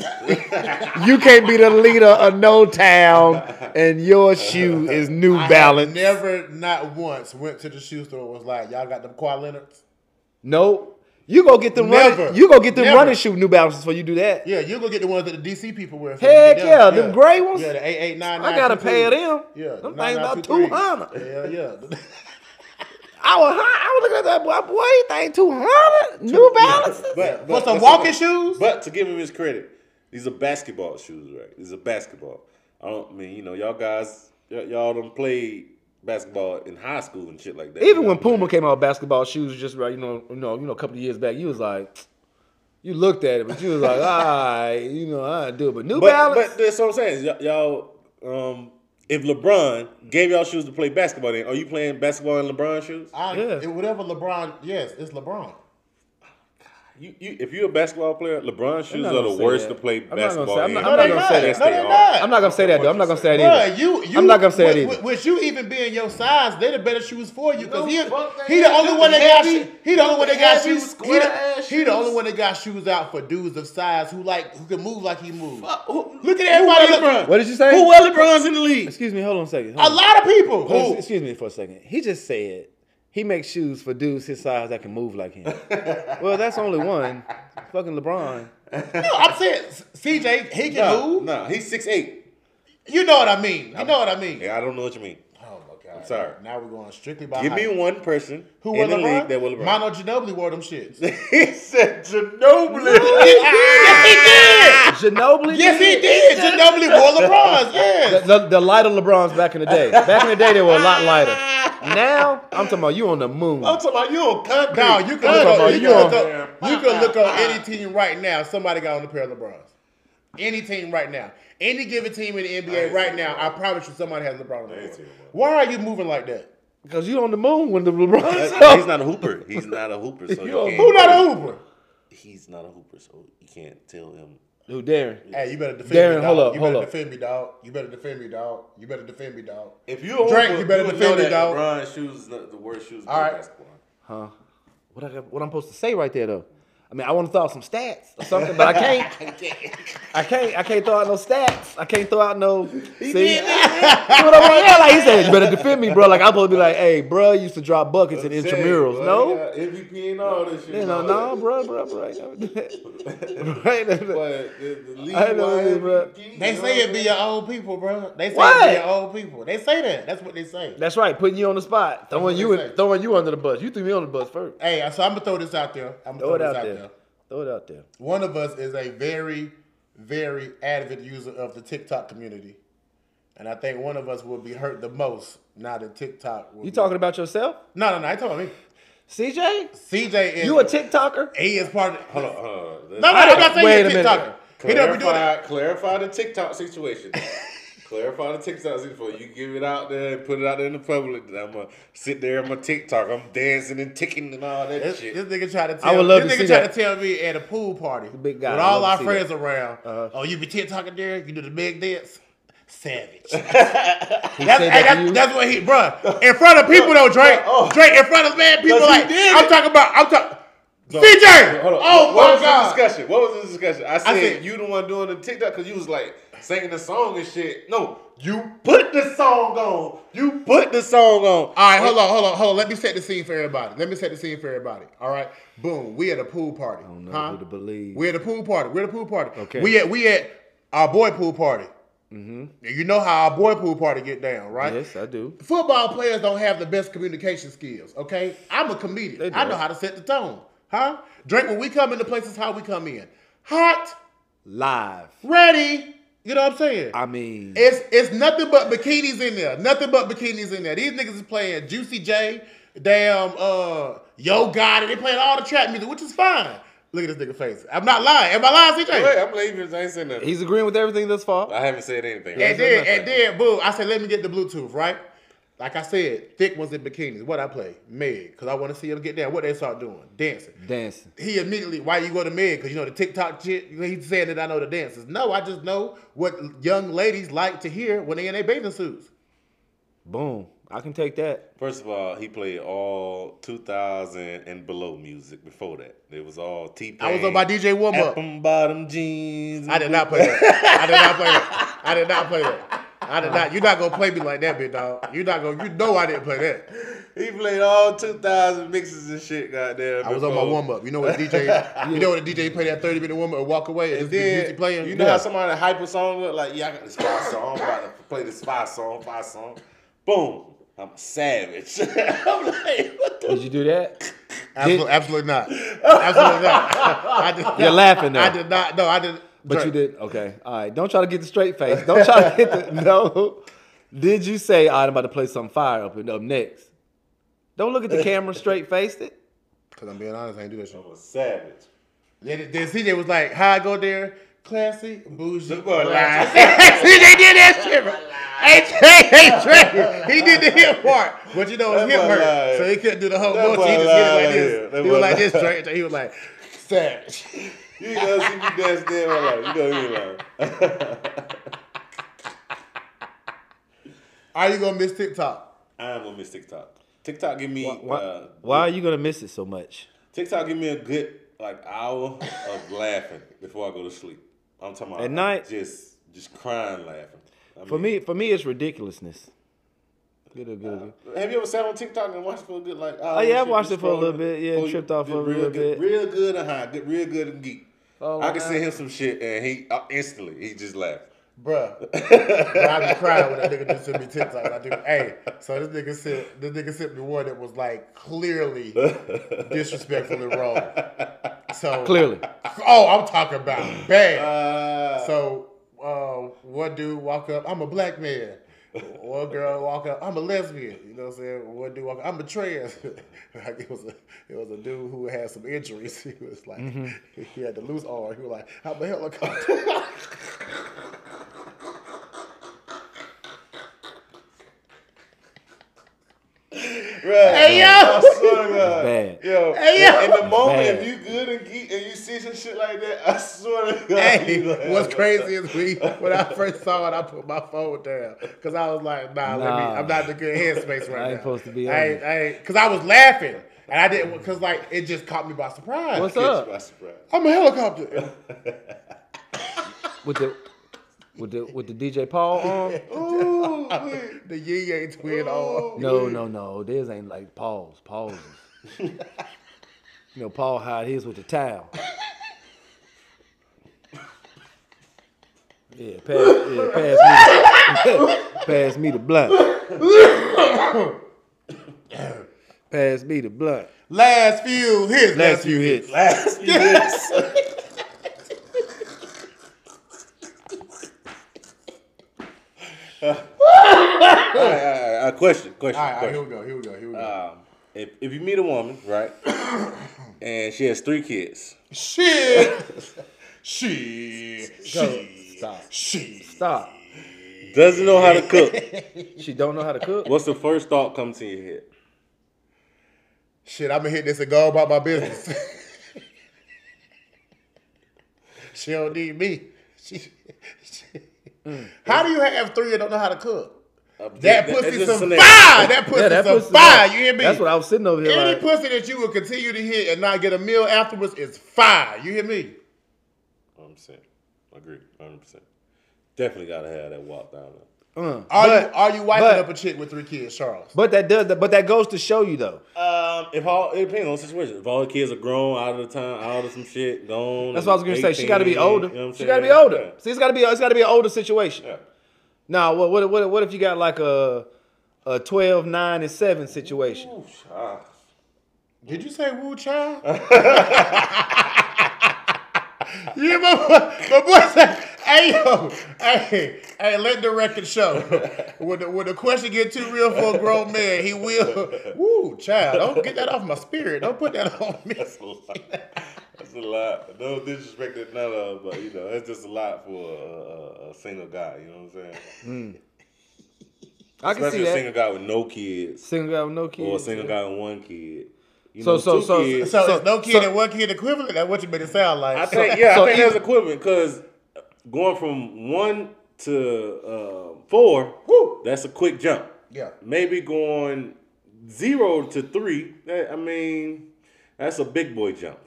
Speaker 4: you can't be the leader of no town, and your shoe is New
Speaker 1: I
Speaker 4: Balance.
Speaker 1: have never, not once, went to the shoe store and was like, "Y'all got them Kawhi Leonards."
Speaker 2: No. You go get them
Speaker 1: Never.
Speaker 2: running you go get them
Speaker 1: Never.
Speaker 2: running shoe new balances before you do that.
Speaker 1: Yeah, you go get the ones that the DC people wear.
Speaker 2: Heck yeah, them gray ones.
Speaker 1: Yeah, the eight eight nine.
Speaker 2: I gotta pay them.
Speaker 1: Yeah,
Speaker 2: Them
Speaker 1: nine, nine,
Speaker 2: things about
Speaker 1: two, three.
Speaker 2: two hundred. (laughs)
Speaker 1: Yeah, yeah.
Speaker 2: I was high. I was looking at that boy. Boy, he think two hundred New Balances.
Speaker 3: But, but
Speaker 1: For some
Speaker 3: that's
Speaker 1: walking
Speaker 3: the-
Speaker 1: shoes?
Speaker 3: But to give him his credit, these are basketball shoes, right? These are basketball. I don't I mean, you know, y'all guys, y- y'all done played basketball in high school and shit like that.
Speaker 2: Even
Speaker 3: You
Speaker 2: when
Speaker 3: know what I'm
Speaker 2: Puma came out with basketball shoes, just right, you know, you know, you know, a couple of years back, you was like, you looked at it, but you was (laughs) like, all right, you know, I do it. But New
Speaker 3: saying? But,
Speaker 2: Balance,
Speaker 3: but that's what I'm saying. Y- y'all, um, if LeBron gave y'all shoes to play basketball in, are you playing basketball in LeBron shoes?
Speaker 1: I,
Speaker 2: Yeah.
Speaker 1: it- whatever LeBron, yes, it's LeBron.
Speaker 3: You, you, if you're a basketball player, LeBron shoes
Speaker 2: not
Speaker 3: are
Speaker 2: gonna
Speaker 3: the
Speaker 2: say
Speaker 3: worst
Speaker 2: that.
Speaker 3: to play
Speaker 2: I'm not gonna
Speaker 3: basketball
Speaker 2: say- I'm
Speaker 3: in.
Speaker 2: not- I'm not gonna say that.
Speaker 3: Yes,
Speaker 1: No,
Speaker 3: they
Speaker 1: they're
Speaker 3: are.
Speaker 1: not.
Speaker 2: I'm not gonna say that though. I'm not gonna say that either.
Speaker 1: Bruh, you, you,
Speaker 2: I'm not gonna say that
Speaker 1: with,
Speaker 2: either.
Speaker 1: With, with you even being your size, they the better shoes for you because he,
Speaker 4: fuck they
Speaker 1: he the
Speaker 4: ain't.
Speaker 1: only
Speaker 4: Them
Speaker 1: one that got
Speaker 4: heavy-
Speaker 1: shoes. He the only one that got
Speaker 4: heavy
Speaker 1: shoes. He
Speaker 4: square
Speaker 1: the,
Speaker 4: ass
Speaker 1: he the
Speaker 4: shoes.
Speaker 1: only one that got shoes out for dudes of size who like who can move like he moves.
Speaker 3: Look
Speaker 1: everybody
Speaker 3: at Who
Speaker 1: look-
Speaker 3: wear LeBron?
Speaker 2: what did you say?
Speaker 3: Who wear LeBron's in the league?
Speaker 2: Excuse me, hold on a second.
Speaker 1: A
Speaker 2: Hold on.
Speaker 1: lot of people.
Speaker 2: Hold on,
Speaker 1: Who?
Speaker 2: Excuse me for a second. He just said he makes shoes for dudes his size that can move like (laughs) him. well, that's only one. (laughs) Fucking LeBron.
Speaker 1: No, I'm saying CJ. He can
Speaker 3: No,
Speaker 1: move.
Speaker 3: no, he's six eight.
Speaker 1: You know what I mean. You know what I mean.
Speaker 3: Yeah, I don't know what you mean.
Speaker 1: Oh my god.
Speaker 3: I'm sorry.
Speaker 1: Now we're going strictly by
Speaker 3: Give
Speaker 1: hype.
Speaker 3: me one person
Speaker 1: who
Speaker 3: in
Speaker 1: won
Speaker 3: the
Speaker 1: LeBron?
Speaker 3: league that will LeBron.
Speaker 1: Mono Ginobili wore them shits.
Speaker 3: (laughs) he said Ginobili.
Speaker 1: yes,
Speaker 2: Ginobili.
Speaker 1: he did. (laughs) Yes, he did. Ginobili wore
Speaker 3: (laughs)
Speaker 1: LeBron's.
Speaker 2: The,
Speaker 1: Yes.
Speaker 2: the, the lighter LeBrons back in the day. Back in the day, they were a lot lighter. Now I'm talking about you on the moon.
Speaker 3: I'm talking about you a cunt.
Speaker 1: No, you can
Speaker 2: I'm
Speaker 1: look
Speaker 2: talking
Speaker 1: up.
Speaker 2: about
Speaker 1: You
Speaker 2: you
Speaker 1: can look
Speaker 2: on-
Speaker 1: up. You can look up any team right now. Somebody got on a pair of LeBrons. Any team right now. Any given team in the NBA right now. I promise you, somebody has LeBron. On the
Speaker 3: ain't
Speaker 1: court.
Speaker 3: seen LeBron.
Speaker 1: Why are you moving like that?
Speaker 2: Because you on the moon when the LeBrons.
Speaker 1: (laughs)
Speaker 3: Uh, He's not a hooper. He's not a hooper. So you
Speaker 2: Yo,
Speaker 3: can't,
Speaker 1: Who not a Hooper?
Speaker 3: He's not a hooper, so you can't tell him.
Speaker 2: Who Darren?
Speaker 1: Hey, you better defend
Speaker 2: Darren,
Speaker 1: me, dog.
Speaker 2: hold up,
Speaker 1: you
Speaker 2: hold
Speaker 1: better
Speaker 2: up.
Speaker 1: defend me, dog. You better defend me, dog. You better defend me, dog.
Speaker 3: If you a
Speaker 1: Drake, you better
Speaker 3: would
Speaker 1: defend
Speaker 3: know
Speaker 1: it,
Speaker 3: that
Speaker 1: dog.
Speaker 3: LeBron's shoes is the, the worst shoes.
Speaker 1: All
Speaker 3: All right.
Speaker 1: right.
Speaker 3: Basketball.
Speaker 2: Huh? What I got, what I'm supposed to say right there though? I mean, I want to throw out some stats or something, but I
Speaker 3: (laughs)
Speaker 2: can't. I can't. I can't throw out no stats. I can't throw out no. See, See what I want? Yeah, like he said, you better defend me, bro. Like I'm supposed to be like, hey, bro, used to drop buckets in intramurals. No,
Speaker 3: MVP and all this shit.
Speaker 2: you know, no, bro, bro, bro. I ain't never did that. (laughs) Right?
Speaker 3: (laughs) But the, the league
Speaker 2: I know this, bro.
Speaker 1: They say it be your own people, bro. They say
Speaker 2: What?
Speaker 1: it be your own people. They say that. That's what they say.
Speaker 2: That's right, putting you on the spot, throwing
Speaker 1: what
Speaker 2: you,
Speaker 1: they
Speaker 2: in,
Speaker 1: say.
Speaker 2: throwing you under the bus. You threw me on the bus first.
Speaker 1: hey, so I'm gonna throw this out there. I'm gonna
Speaker 2: Throw it
Speaker 1: this
Speaker 2: out there. Throw it out there.
Speaker 1: One of us is a very, very avid user of the TikTok community, and I think one of us will be hurt the most now that TikTok. Will
Speaker 2: You
Speaker 1: be-
Speaker 2: talking about yourself,
Speaker 1: No, no, no. I told me.
Speaker 2: CJ?
Speaker 1: CJ is
Speaker 2: You a TikToker?
Speaker 1: he is part of. Hold on.
Speaker 3: Uh,
Speaker 1: No, no, I'm not saying
Speaker 2: Wait
Speaker 1: he's
Speaker 2: a
Speaker 1: a
Speaker 2: minute.
Speaker 1: TikToker. He don't be doing that.
Speaker 3: Clarify, clarify the
Speaker 1: (laughs)
Speaker 3: TikTok situation. clarify the TikTok situation before you give it out there and put it out there in the public. Then I'm gonna sit there on my TikTok. I'm dancing and ticking and all that
Speaker 1: This,
Speaker 3: shit.
Speaker 1: this nigga tried to tell
Speaker 2: I would love
Speaker 1: this
Speaker 2: to
Speaker 1: nigga
Speaker 2: see
Speaker 1: tried
Speaker 2: that.
Speaker 1: to tell me at a pool party
Speaker 2: big guy.
Speaker 1: with
Speaker 2: I
Speaker 1: all
Speaker 2: love
Speaker 1: our
Speaker 2: to see Uh-huh.
Speaker 1: friends around. oh, you be TikToking there? You do the big dance? Savage.
Speaker 2: (laughs)
Speaker 1: that's,
Speaker 2: said
Speaker 1: hey,
Speaker 2: that to
Speaker 1: that's-
Speaker 2: you?
Speaker 1: that's what he, bruh. In front of people though,
Speaker 2: (laughs)
Speaker 1: Drake.
Speaker 3: Oh.
Speaker 1: Drake in front of man people
Speaker 3: Because he
Speaker 1: like
Speaker 3: did
Speaker 1: I'm
Speaker 3: it.
Speaker 1: talking about. I'm talking.
Speaker 3: So,
Speaker 1: CJ.
Speaker 3: hold on.
Speaker 1: Oh
Speaker 3: what, what
Speaker 1: my
Speaker 3: was
Speaker 1: god.
Speaker 3: the discussion? What was the discussion? I said,
Speaker 1: said-
Speaker 3: you the one doing the TikTok because you was like singing the song and shit. No, you put the song on. You put the song on.
Speaker 1: All right, hold on, hold on, hold on. Let me set the scene for everybody. Let me set the scene for everybody. All right, boom. We at a pool party. I don't
Speaker 2: know who to believe.
Speaker 1: We at a pool party. We're at a pool party.
Speaker 2: Okay.
Speaker 1: We at we at our boy pool party. Mm-hmm. You know how our boy pool party get down, right?
Speaker 2: Yes, I do.
Speaker 1: Football players don't have the best communication skills. Okay, I'm a comedian.
Speaker 2: They
Speaker 1: I
Speaker 2: don't.
Speaker 1: know how to set the tone, huh? Drake, when we come into places, how we come in? Hot,
Speaker 2: Live.
Speaker 1: ready. You know what I'm saying?
Speaker 2: I mean,
Speaker 1: It's it's nothing but bikinis in there. Nothing but bikinis in there. These niggas is playing Juicy J, damn uh Yo Gotti. They playing all the trap music, which is fine. Look at this nigga face. I'm not lying. Am I lying, CJ?
Speaker 3: Wait, I'm blaming you. I ain't saying nothing.
Speaker 2: he's agreeing with everything thus far.
Speaker 3: I haven't said anything.
Speaker 1: And
Speaker 2: said
Speaker 1: then
Speaker 2: nothing.
Speaker 1: and then boom, I said let me get the Bluetooth right. Like I said, thick ones in bikinis. What I play Meg, because I want to see them get down. What they start doing? Dancing.
Speaker 2: Dancing.
Speaker 1: He immediately, why you go to Meg? Because you know the TikTok shit. He's saying that I know the dances. No, I just know what young ladies like to hear when they in their bathing suits.
Speaker 2: Boom. I can take that.
Speaker 3: First of all, he played all 2000 and below music before that. It was all T Pain.
Speaker 1: I was on my DJ warm up.
Speaker 3: Apple bottom jeans.
Speaker 1: I did not play that. I did not play that. I did not play that. I did not. You're not gonna play me like that, big dog. You're not gonna. You know I didn't play that.
Speaker 3: He played all 2000 mixes and shit. Goddamn.
Speaker 1: I was on my
Speaker 3: before.
Speaker 1: warm up. You know what DJ?
Speaker 3: (laughs)
Speaker 1: You know what the DJ play that 30 minute warm up and walk away and this
Speaker 3: And
Speaker 1: big
Speaker 3: then
Speaker 1: music playing.
Speaker 3: you know
Speaker 1: Yeah.
Speaker 3: how somebody hype a song look like, yeah, I got this five song, I'm about to play this five song, five song. Boom. I'm savage. (laughs) I'm like, what the
Speaker 2: Did you do that?
Speaker 1: Absolutely, absolutely not. Absolutely not. (laughs) I
Speaker 3: (laughs)
Speaker 1: did not.
Speaker 2: You're laughing now.
Speaker 1: I did not. No, I did.
Speaker 2: But you
Speaker 1: Drake,
Speaker 2: did. Okay. All right. Don't try to get the straight face. Don't try to get (laughs) the. No. Did you say, all right, I'm about to play some fire up, up next? Don't look at the camera straight faced it.
Speaker 1: Cause I'm being honest, I ain't do that shit.
Speaker 3: I'm a savage.
Speaker 1: Then, then CJ was like, "How I go there? Classy, bougie, (laughs)
Speaker 3: boy
Speaker 1: black." CJ did that shit. bro. Hey, Trey, hey, Trey. He did the hip part, but you know his
Speaker 3: That
Speaker 1: hip
Speaker 3: boy
Speaker 1: hurt,
Speaker 3: lied.
Speaker 1: so he couldn't do the whole
Speaker 3: That
Speaker 1: motion.
Speaker 3: boy
Speaker 1: He just hit it
Speaker 3: lied.
Speaker 1: like this.
Speaker 3: That
Speaker 1: he
Speaker 3: boy
Speaker 1: was like
Speaker 3: lied.
Speaker 1: this, Trey. He was like, (laughs) "Savage."
Speaker 3: You ain't never seen me dance there in my life. You know what I mean? Like,
Speaker 1: Are you gonna miss TikTok?
Speaker 3: I'm gonna miss TikTok. TikTok give me
Speaker 2: Why,
Speaker 3: uh,
Speaker 2: why are you going to miss it so much?
Speaker 3: TikTok give me a good like hour of (laughs) laughing before I go to sleep. I'm talking about
Speaker 2: At night?
Speaker 3: just just crying laughing. I
Speaker 2: For
Speaker 3: mean,
Speaker 2: me, for me, it's ridiculousness. Good, good, good.
Speaker 3: have you ever sat on TikTok and watched for a good like? Oh
Speaker 2: yeah, I watched it for a little bit. Yeah, tripped off for a
Speaker 3: real
Speaker 2: little bit.
Speaker 3: good, Real good and high, good, real good and geek.
Speaker 2: Oh,
Speaker 3: I can
Speaker 2: wow.
Speaker 3: send him some shit and he uh, instantly he just laughed.
Speaker 1: Bruh. Bruh, I be crying when that nigga do send me TikTok. I do. Hey, so this nigga sent this nigga sent me one that was like clearly disrespectfully wrong. So
Speaker 2: Clearly.
Speaker 1: Oh, I'm talking about bad.
Speaker 3: Uh,
Speaker 1: So uh, one dude walk up, I'm a black man. One girl walk up, I'm a lesbian. You know what I'm saying? One dude walk up, I'm a trans. (laughs) like it was a it was a dude who had some injuries. (laughs) He was like he had to lose arm. He was like, I'm a helicopter.
Speaker 3: bruh,
Speaker 1: Hey, yo!
Speaker 3: (laughs) I swear to God.
Speaker 2: Bad.
Speaker 3: Yo,
Speaker 1: Hey, yo!
Speaker 3: in the moment,
Speaker 2: Bad.
Speaker 3: if you good and geek and you see some shit like that, I swear to
Speaker 2: (laughs)
Speaker 3: God. you like,
Speaker 1: Hey, what's
Speaker 3: the
Speaker 1: crazy is we when I first saw it, I put my phone down because I was like, nah, let me.
Speaker 2: Nah.
Speaker 1: I'm not in a good headspace right now.
Speaker 2: I ain't supposed to be on
Speaker 1: I ain't, I ain't, because I was laughing and I didn't because like it just caught me by surprise.
Speaker 2: What's
Speaker 3: catch
Speaker 2: up
Speaker 3: by surprise.
Speaker 1: I'm a helicopter. (laughs)
Speaker 2: with the with the with the DJ (laughs) Paul on?
Speaker 3: Ooh, wait.
Speaker 1: the yin yang twin on.
Speaker 2: No, no, no. This ain't like Paul's. Paul's. is- you know, Paul hide his with the towel. Yeah, pass, yeah, pass me, pass me the (laughs) blunt. (coughs) pass me the blunt.
Speaker 1: Last few hits.
Speaker 2: Last few hits.
Speaker 3: Last few hits. All right, all right, all right, Uh, question, question,
Speaker 1: All right, all right,
Speaker 3: question.
Speaker 1: here we go. Here we go. Here we go.
Speaker 2: Uh.
Speaker 3: Um, if, if you meet a woman,
Speaker 2: (coughs)
Speaker 3: right, and she has three kids,
Speaker 2: (laughs)
Speaker 1: shit. she. She.
Speaker 2: stop.
Speaker 1: She.
Speaker 2: Stop.
Speaker 3: doesn't know how to cook,
Speaker 2: She don't know how to cook.
Speaker 3: what's the first thought come to your head?
Speaker 1: Shit, I'm gonna hit this and go about my
Speaker 2: (laughs)
Speaker 1: business. she don't need me. She, she-
Speaker 2: Mm.
Speaker 1: How do you have three and don't know how to cook? That, pussy
Speaker 3: Uh, that's just
Speaker 1: some fire.
Speaker 3: scenario.
Speaker 1: That pussy
Speaker 2: that
Speaker 1: some
Speaker 2: pussy-
Speaker 1: fire. You hear me?
Speaker 2: That's what I was sitting over here
Speaker 1: Any
Speaker 2: like.
Speaker 1: pussy that you will continue to hit and not get a meal afterwards is fire. You hear me?
Speaker 3: 100%. Agree. 100%. Definitely got to have that walk down there.
Speaker 2: uh.
Speaker 1: Are
Speaker 2: But-
Speaker 1: you are you wiping
Speaker 2: but-
Speaker 1: up a chick with three kids, Charles?
Speaker 2: But that does. But that goes to show you though.
Speaker 3: Um, if all it depends on the situation. If all the kids are grown, out of the time, out of some shit, gone.
Speaker 2: That's what I was gonna say. She
Speaker 3: 18,
Speaker 2: got to be older.
Speaker 3: you know what I'm
Speaker 2: she got to be
Speaker 3: saying?
Speaker 2: older. See, it's got to be. It's got to be an older situation.
Speaker 3: Yeah.
Speaker 2: Now, what, what, what, what if you got like a a 12, 9, and 7 situation?
Speaker 3: Ooh, ah.
Speaker 1: Did you say woo (laughs) child? yeah, my, boy- my boy said, hey, yo, hey, hey, let the record show. When the, when the question get too real for a grown man, he will, woo child, don't get that off my spirit. Don't put that on me.
Speaker 3: That's a lot. That's a lot. No disrespect to none of, 'em, but you know, that's just a lot for a, a, a single guy. You know what I'm saying?
Speaker 2: I can
Speaker 3: Especially
Speaker 2: see
Speaker 3: a
Speaker 2: that. Single,
Speaker 3: single guy with no kids,
Speaker 2: guy with no kids.
Speaker 3: or a single guy with one kid. You
Speaker 2: So-
Speaker 3: know,
Speaker 2: so-
Speaker 3: two
Speaker 2: so-
Speaker 3: kids-
Speaker 1: So,
Speaker 2: So-
Speaker 1: it's no kid
Speaker 2: so-
Speaker 1: and one kid equivalent. That's what you made it sound like.
Speaker 3: I think yeah, I
Speaker 2: e-
Speaker 3: think that's equivalent because going from one to uh, four,
Speaker 1: Woo.
Speaker 3: that's a quick jump.
Speaker 1: Yeah.
Speaker 3: maybe going zero to three. That, I mean, that's a big boy jump.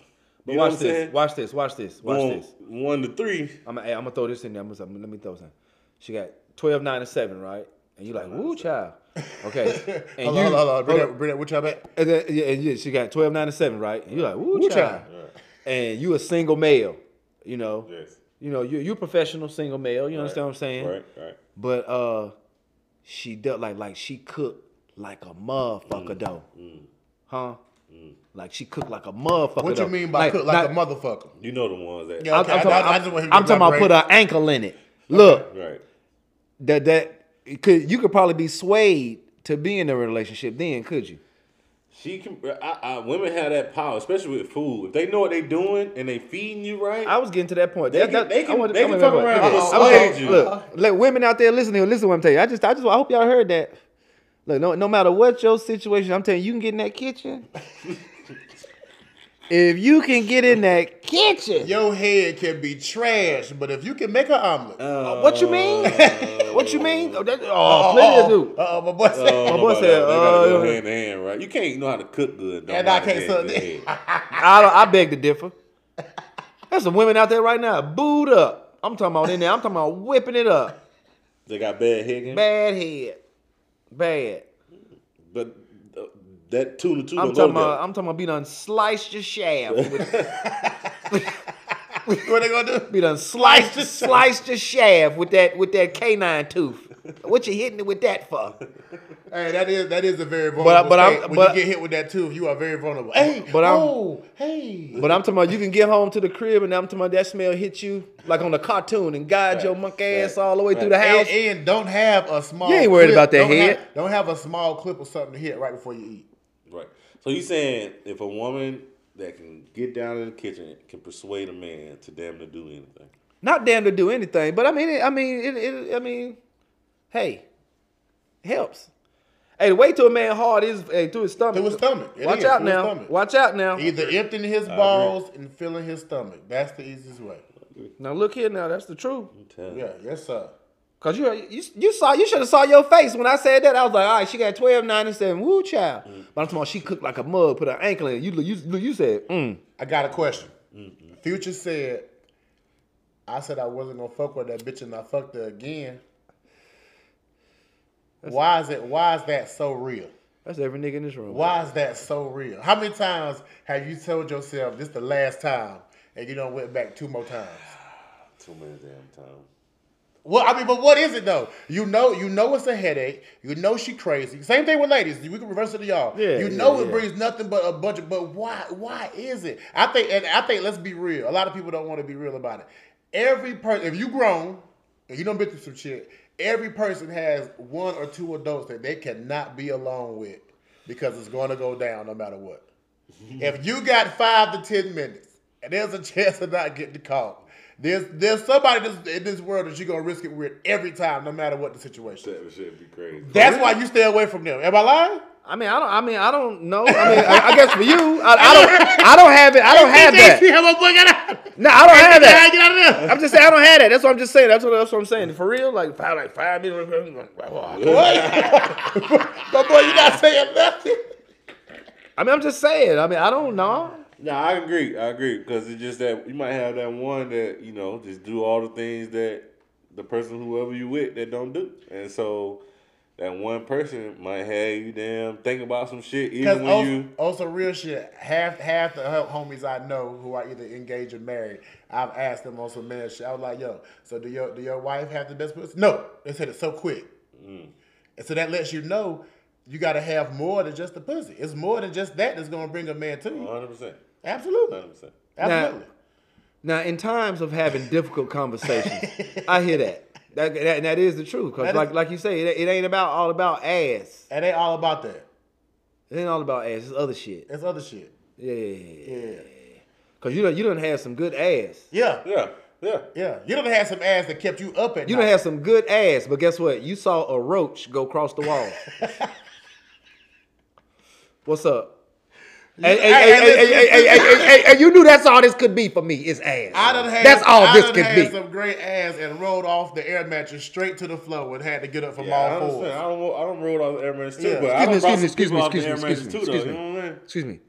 Speaker 2: But
Speaker 3: You know
Speaker 2: watch
Speaker 3: what I'm
Speaker 2: this.
Speaker 3: saying?
Speaker 2: Watch this. Watch this. Watch
Speaker 3: Going
Speaker 2: this.
Speaker 3: One to three.
Speaker 2: I'm gonna, I'm gonna throw this in there. I'm gonna, let me throw this in. She got 12, 9, and 7, right? And you like, woo, child.
Speaker 3: (laughs)
Speaker 2: Okay. And
Speaker 1: Hold
Speaker 2: you-
Speaker 1: on, hold on, hold on. Bring that, bring that, what y'all back?
Speaker 2: And, then, yeah, and yeah, she got 12, 9, and 7, right? And you like, woo,
Speaker 1: Woo,
Speaker 2: child. And you a single male, you know.
Speaker 3: Yes.
Speaker 2: You know, you you a professional single male, you understand what I'm saying?
Speaker 3: Right. Right.
Speaker 2: But uh she does like like she cooked like a motherfucker
Speaker 3: Mm.
Speaker 2: though. Huh? Like she cooked like a motherfucker.
Speaker 1: What
Speaker 2: though.
Speaker 1: you mean by cook like a motherfucker?
Speaker 3: You know the ones that.
Speaker 1: Yeah, okay,
Speaker 2: I'm,
Speaker 1: I-
Speaker 2: talking,
Speaker 1: I- I
Speaker 2: I'm-
Speaker 1: just want him to
Speaker 2: I'm talking about put
Speaker 1: elaborate.
Speaker 2: an ankle in it. Look,
Speaker 3: Right.
Speaker 2: that that it could you could probably be swayed to be in a relationship then, could you?
Speaker 3: She can. I, I, women have that power, especially with food. If they know what they doing and they feeding you right,
Speaker 2: I was getting to that point.
Speaker 3: They
Speaker 2: That-
Speaker 3: can-
Speaker 2: that-
Speaker 3: they can-
Speaker 2: I wanted-
Speaker 3: they
Speaker 2: I
Speaker 3: can
Speaker 2: wanted-
Speaker 3: come
Speaker 2: look,
Speaker 3: around
Speaker 2: look,
Speaker 3: and
Speaker 2: I'm talking-
Speaker 3: persuade you.
Speaker 2: Look, let women out there listen here. Listen to what I'm telling you. I just, I just, I hope y'all heard that. Look, no, no matter what your situation, I'm telling you, you can get in that kitchen.
Speaker 3: (laughs)
Speaker 2: if you can get in that kitchen,
Speaker 1: Your head can be trash, but if you can make an omelet.
Speaker 2: Uh, what you mean? (laughs)
Speaker 1: (laughs)
Speaker 2: what you mean? Oh, that, oh,
Speaker 1: Uh-oh,
Speaker 2: plenty to
Speaker 1: uh-oh,
Speaker 2: do.
Speaker 1: Uh-oh, my boy said.
Speaker 3: I don't know
Speaker 2: boy
Speaker 3: about
Speaker 2: said,
Speaker 3: that. They gotta
Speaker 2: uh,
Speaker 3: go hand to hand, right? You can't know how to cook good. don't
Speaker 1: And I
Speaker 3: mind
Speaker 1: can't
Speaker 3: hand
Speaker 1: suck
Speaker 3: to
Speaker 1: dick.
Speaker 3: hand.
Speaker 2: (laughs) I, don't- I beg to differ. There's some women out there right now booed up. I'm talking about in there. I'm talking about whipping it up.
Speaker 3: They got bad head.
Speaker 2: Bad head, bad.
Speaker 3: But uh, that two to two
Speaker 2: I'm
Speaker 3: don't
Speaker 2: talking
Speaker 3: go
Speaker 2: about. I'm talking about being unsliced your shaft. with-
Speaker 1: what they gonna do?
Speaker 2: Be done sliced, sliced your shaft with that with that canine tooth. What you hitting it with that for?
Speaker 1: Hey, that is that is a very vulnerable. But,
Speaker 2: But- but I'm-
Speaker 1: when
Speaker 2: but-
Speaker 1: you get hit with that tooth, you are very vulnerable. Hey,
Speaker 2: But I'm-
Speaker 1: oh, hey.
Speaker 2: But I'm talking about you can get home to the crib and I'm talking about that smell hit you like on a cartoon and guide your monk ass all the way through the house.
Speaker 1: and, and don't have a small.
Speaker 2: You ain't worried
Speaker 1: clip.
Speaker 2: about that
Speaker 1: Don't have-
Speaker 2: head.
Speaker 1: don't have a small clip or something to hit right before you eat.
Speaker 3: Right. So you saying if a woman that can get down in the kitchen can persuade a man to damn near do anything?
Speaker 2: Not damn to do anything, but I mean, it, I mean, it, it, I mean, hey, it helps. Hey, the way to a man hard is hey, through his stomach.
Speaker 1: Through his stomach. It
Speaker 2: Watch
Speaker 1: is,
Speaker 2: out
Speaker 1: through his
Speaker 2: now.
Speaker 1: stomach.
Speaker 2: Watch out now.
Speaker 1: Either emptying his balls and filling his stomach. That's the easiest way.
Speaker 2: Now look here. Now that's the truth.
Speaker 3: I'm telling you.
Speaker 1: Yeah, yes sir.
Speaker 2: Cause you you, you saw you should have saw your face when I said that. I was like, all right, she got 12, 9, and 7. Woo child. But I'm talking about she cooked like a mug, put her ankle in. You you you said, mm.
Speaker 1: I got a question.
Speaker 2: Mm-hmm.
Speaker 1: Future said, I said I wasn't gonna fuck with that bitch and I fucked her again. why is it why is that so real?
Speaker 2: That's every nigga in this room.
Speaker 1: Why is that so real? How many times have you told yourself this the last time and you don't went back two more times?
Speaker 3: Too many damn times.
Speaker 1: Well, I mean, but what is it though? You know, you know it's a headache. You know she crazy. Same thing with ladies. We can reverse it to y'all.
Speaker 2: Yeah,
Speaker 1: you
Speaker 2: yeah,
Speaker 1: know it
Speaker 2: yeah.
Speaker 1: brings nothing but a budget. But why? Why is it? I think, and I think, let's be real. A lot of people don't want to be real about it. Every person, if you grown and you don't been through some shit, every person has one or two adults that they cannot be alone with because it's going to go down no matter what. If you got five to ten minutes, and there's a chance of not getting caught, there's there's somebody that's in this world that you're gonna risk it with every time, no matter what the situation.
Speaker 3: That shit be crazy.
Speaker 1: That's why you stay away from them. Am I lying?
Speaker 2: I mean, I don't. I mean, I don't know. I mean, I, I guess for you, I, I don't. I don't have it. I don't have
Speaker 1: See (laughs)
Speaker 2: that.
Speaker 1: how my boy got out.
Speaker 2: No, I don't have
Speaker 1: Get out,
Speaker 2: that.
Speaker 1: get out of there.
Speaker 2: I'm just saying I don't have that. That's what I'm just saying. That's what, that's what I'm saying. For real, like five, like five minutes.
Speaker 1: What? (laughs) my boy, you not saying nothing.
Speaker 2: I mean, I'm just saying. I mean, I don't know.
Speaker 3: No, I agree. I agree because it's just that you might have that one that you know just do all the things that the person whoever you with that don't do, and so that one person might have you damn think about some shit
Speaker 1: Because
Speaker 3: even when
Speaker 1: also,
Speaker 3: you.
Speaker 1: also real shit, half half the hel- homies I know who are either engaged or married, I've asked them on some man shit. I was like, yo, so do your do your wife have the best pussy? No, they said it so quick,
Speaker 3: Mm.
Speaker 1: and so that lets you know you got to have more than just the pussy. It's more than just that that's gonna bring a man to you.
Speaker 3: One hundred percent. One
Speaker 1: Absolutely,
Speaker 3: hundred percent.
Speaker 1: absolutely.
Speaker 2: Now, in times of having difficult conversations, I hear that. That, that, that is the truth. Cause
Speaker 1: That is-
Speaker 2: like like you say, it, it ain't about all about ass.
Speaker 1: And they all about that.
Speaker 2: It ain't all about ass. It's other shit.
Speaker 1: It's other shit.
Speaker 2: Yeah, yeah, yeah, yeah.
Speaker 1: Yeah,
Speaker 2: Cause you don't you don't have some good ass.
Speaker 1: yeah,
Speaker 3: Yeah, yeah.
Speaker 1: yeah. You don't have some ass that kept you up at
Speaker 2: You
Speaker 1: night.
Speaker 2: don't have some good ass, but guess what? You saw a roach go across
Speaker 1: (laughs)
Speaker 2: the wall. What's up? Hey, hey,
Speaker 1: Hey,
Speaker 2: hey,
Speaker 1: hey,
Speaker 2: hey, hey, hey, hey, hey, hey, hey, you knew that's all this could be for me is ass.
Speaker 1: I done had,
Speaker 2: that's all
Speaker 1: I
Speaker 2: this
Speaker 1: done
Speaker 2: could
Speaker 1: had
Speaker 2: be.
Speaker 1: some great ass and rolled off the air mattress straight to the floor and had to get up from
Speaker 3: Yeah, I
Speaker 1: all
Speaker 3: understand.
Speaker 1: fours.
Speaker 3: I don't. I don't roll off the Emirates too,
Speaker 1: Yeah.
Speaker 3: but
Speaker 2: Excuse
Speaker 3: I
Speaker 2: me,
Speaker 3: don't brought some
Speaker 2: excuse me,
Speaker 3: people off the
Speaker 2: excuse me,
Speaker 3: Air
Speaker 2: excuse
Speaker 3: Matters
Speaker 2: me,
Speaker 3: too,
Speaker 2: excuse
Speaker 3: though.
Speaker 2: me.
Speaker 3: You know what I mean?
Speaker 2: Excuse me.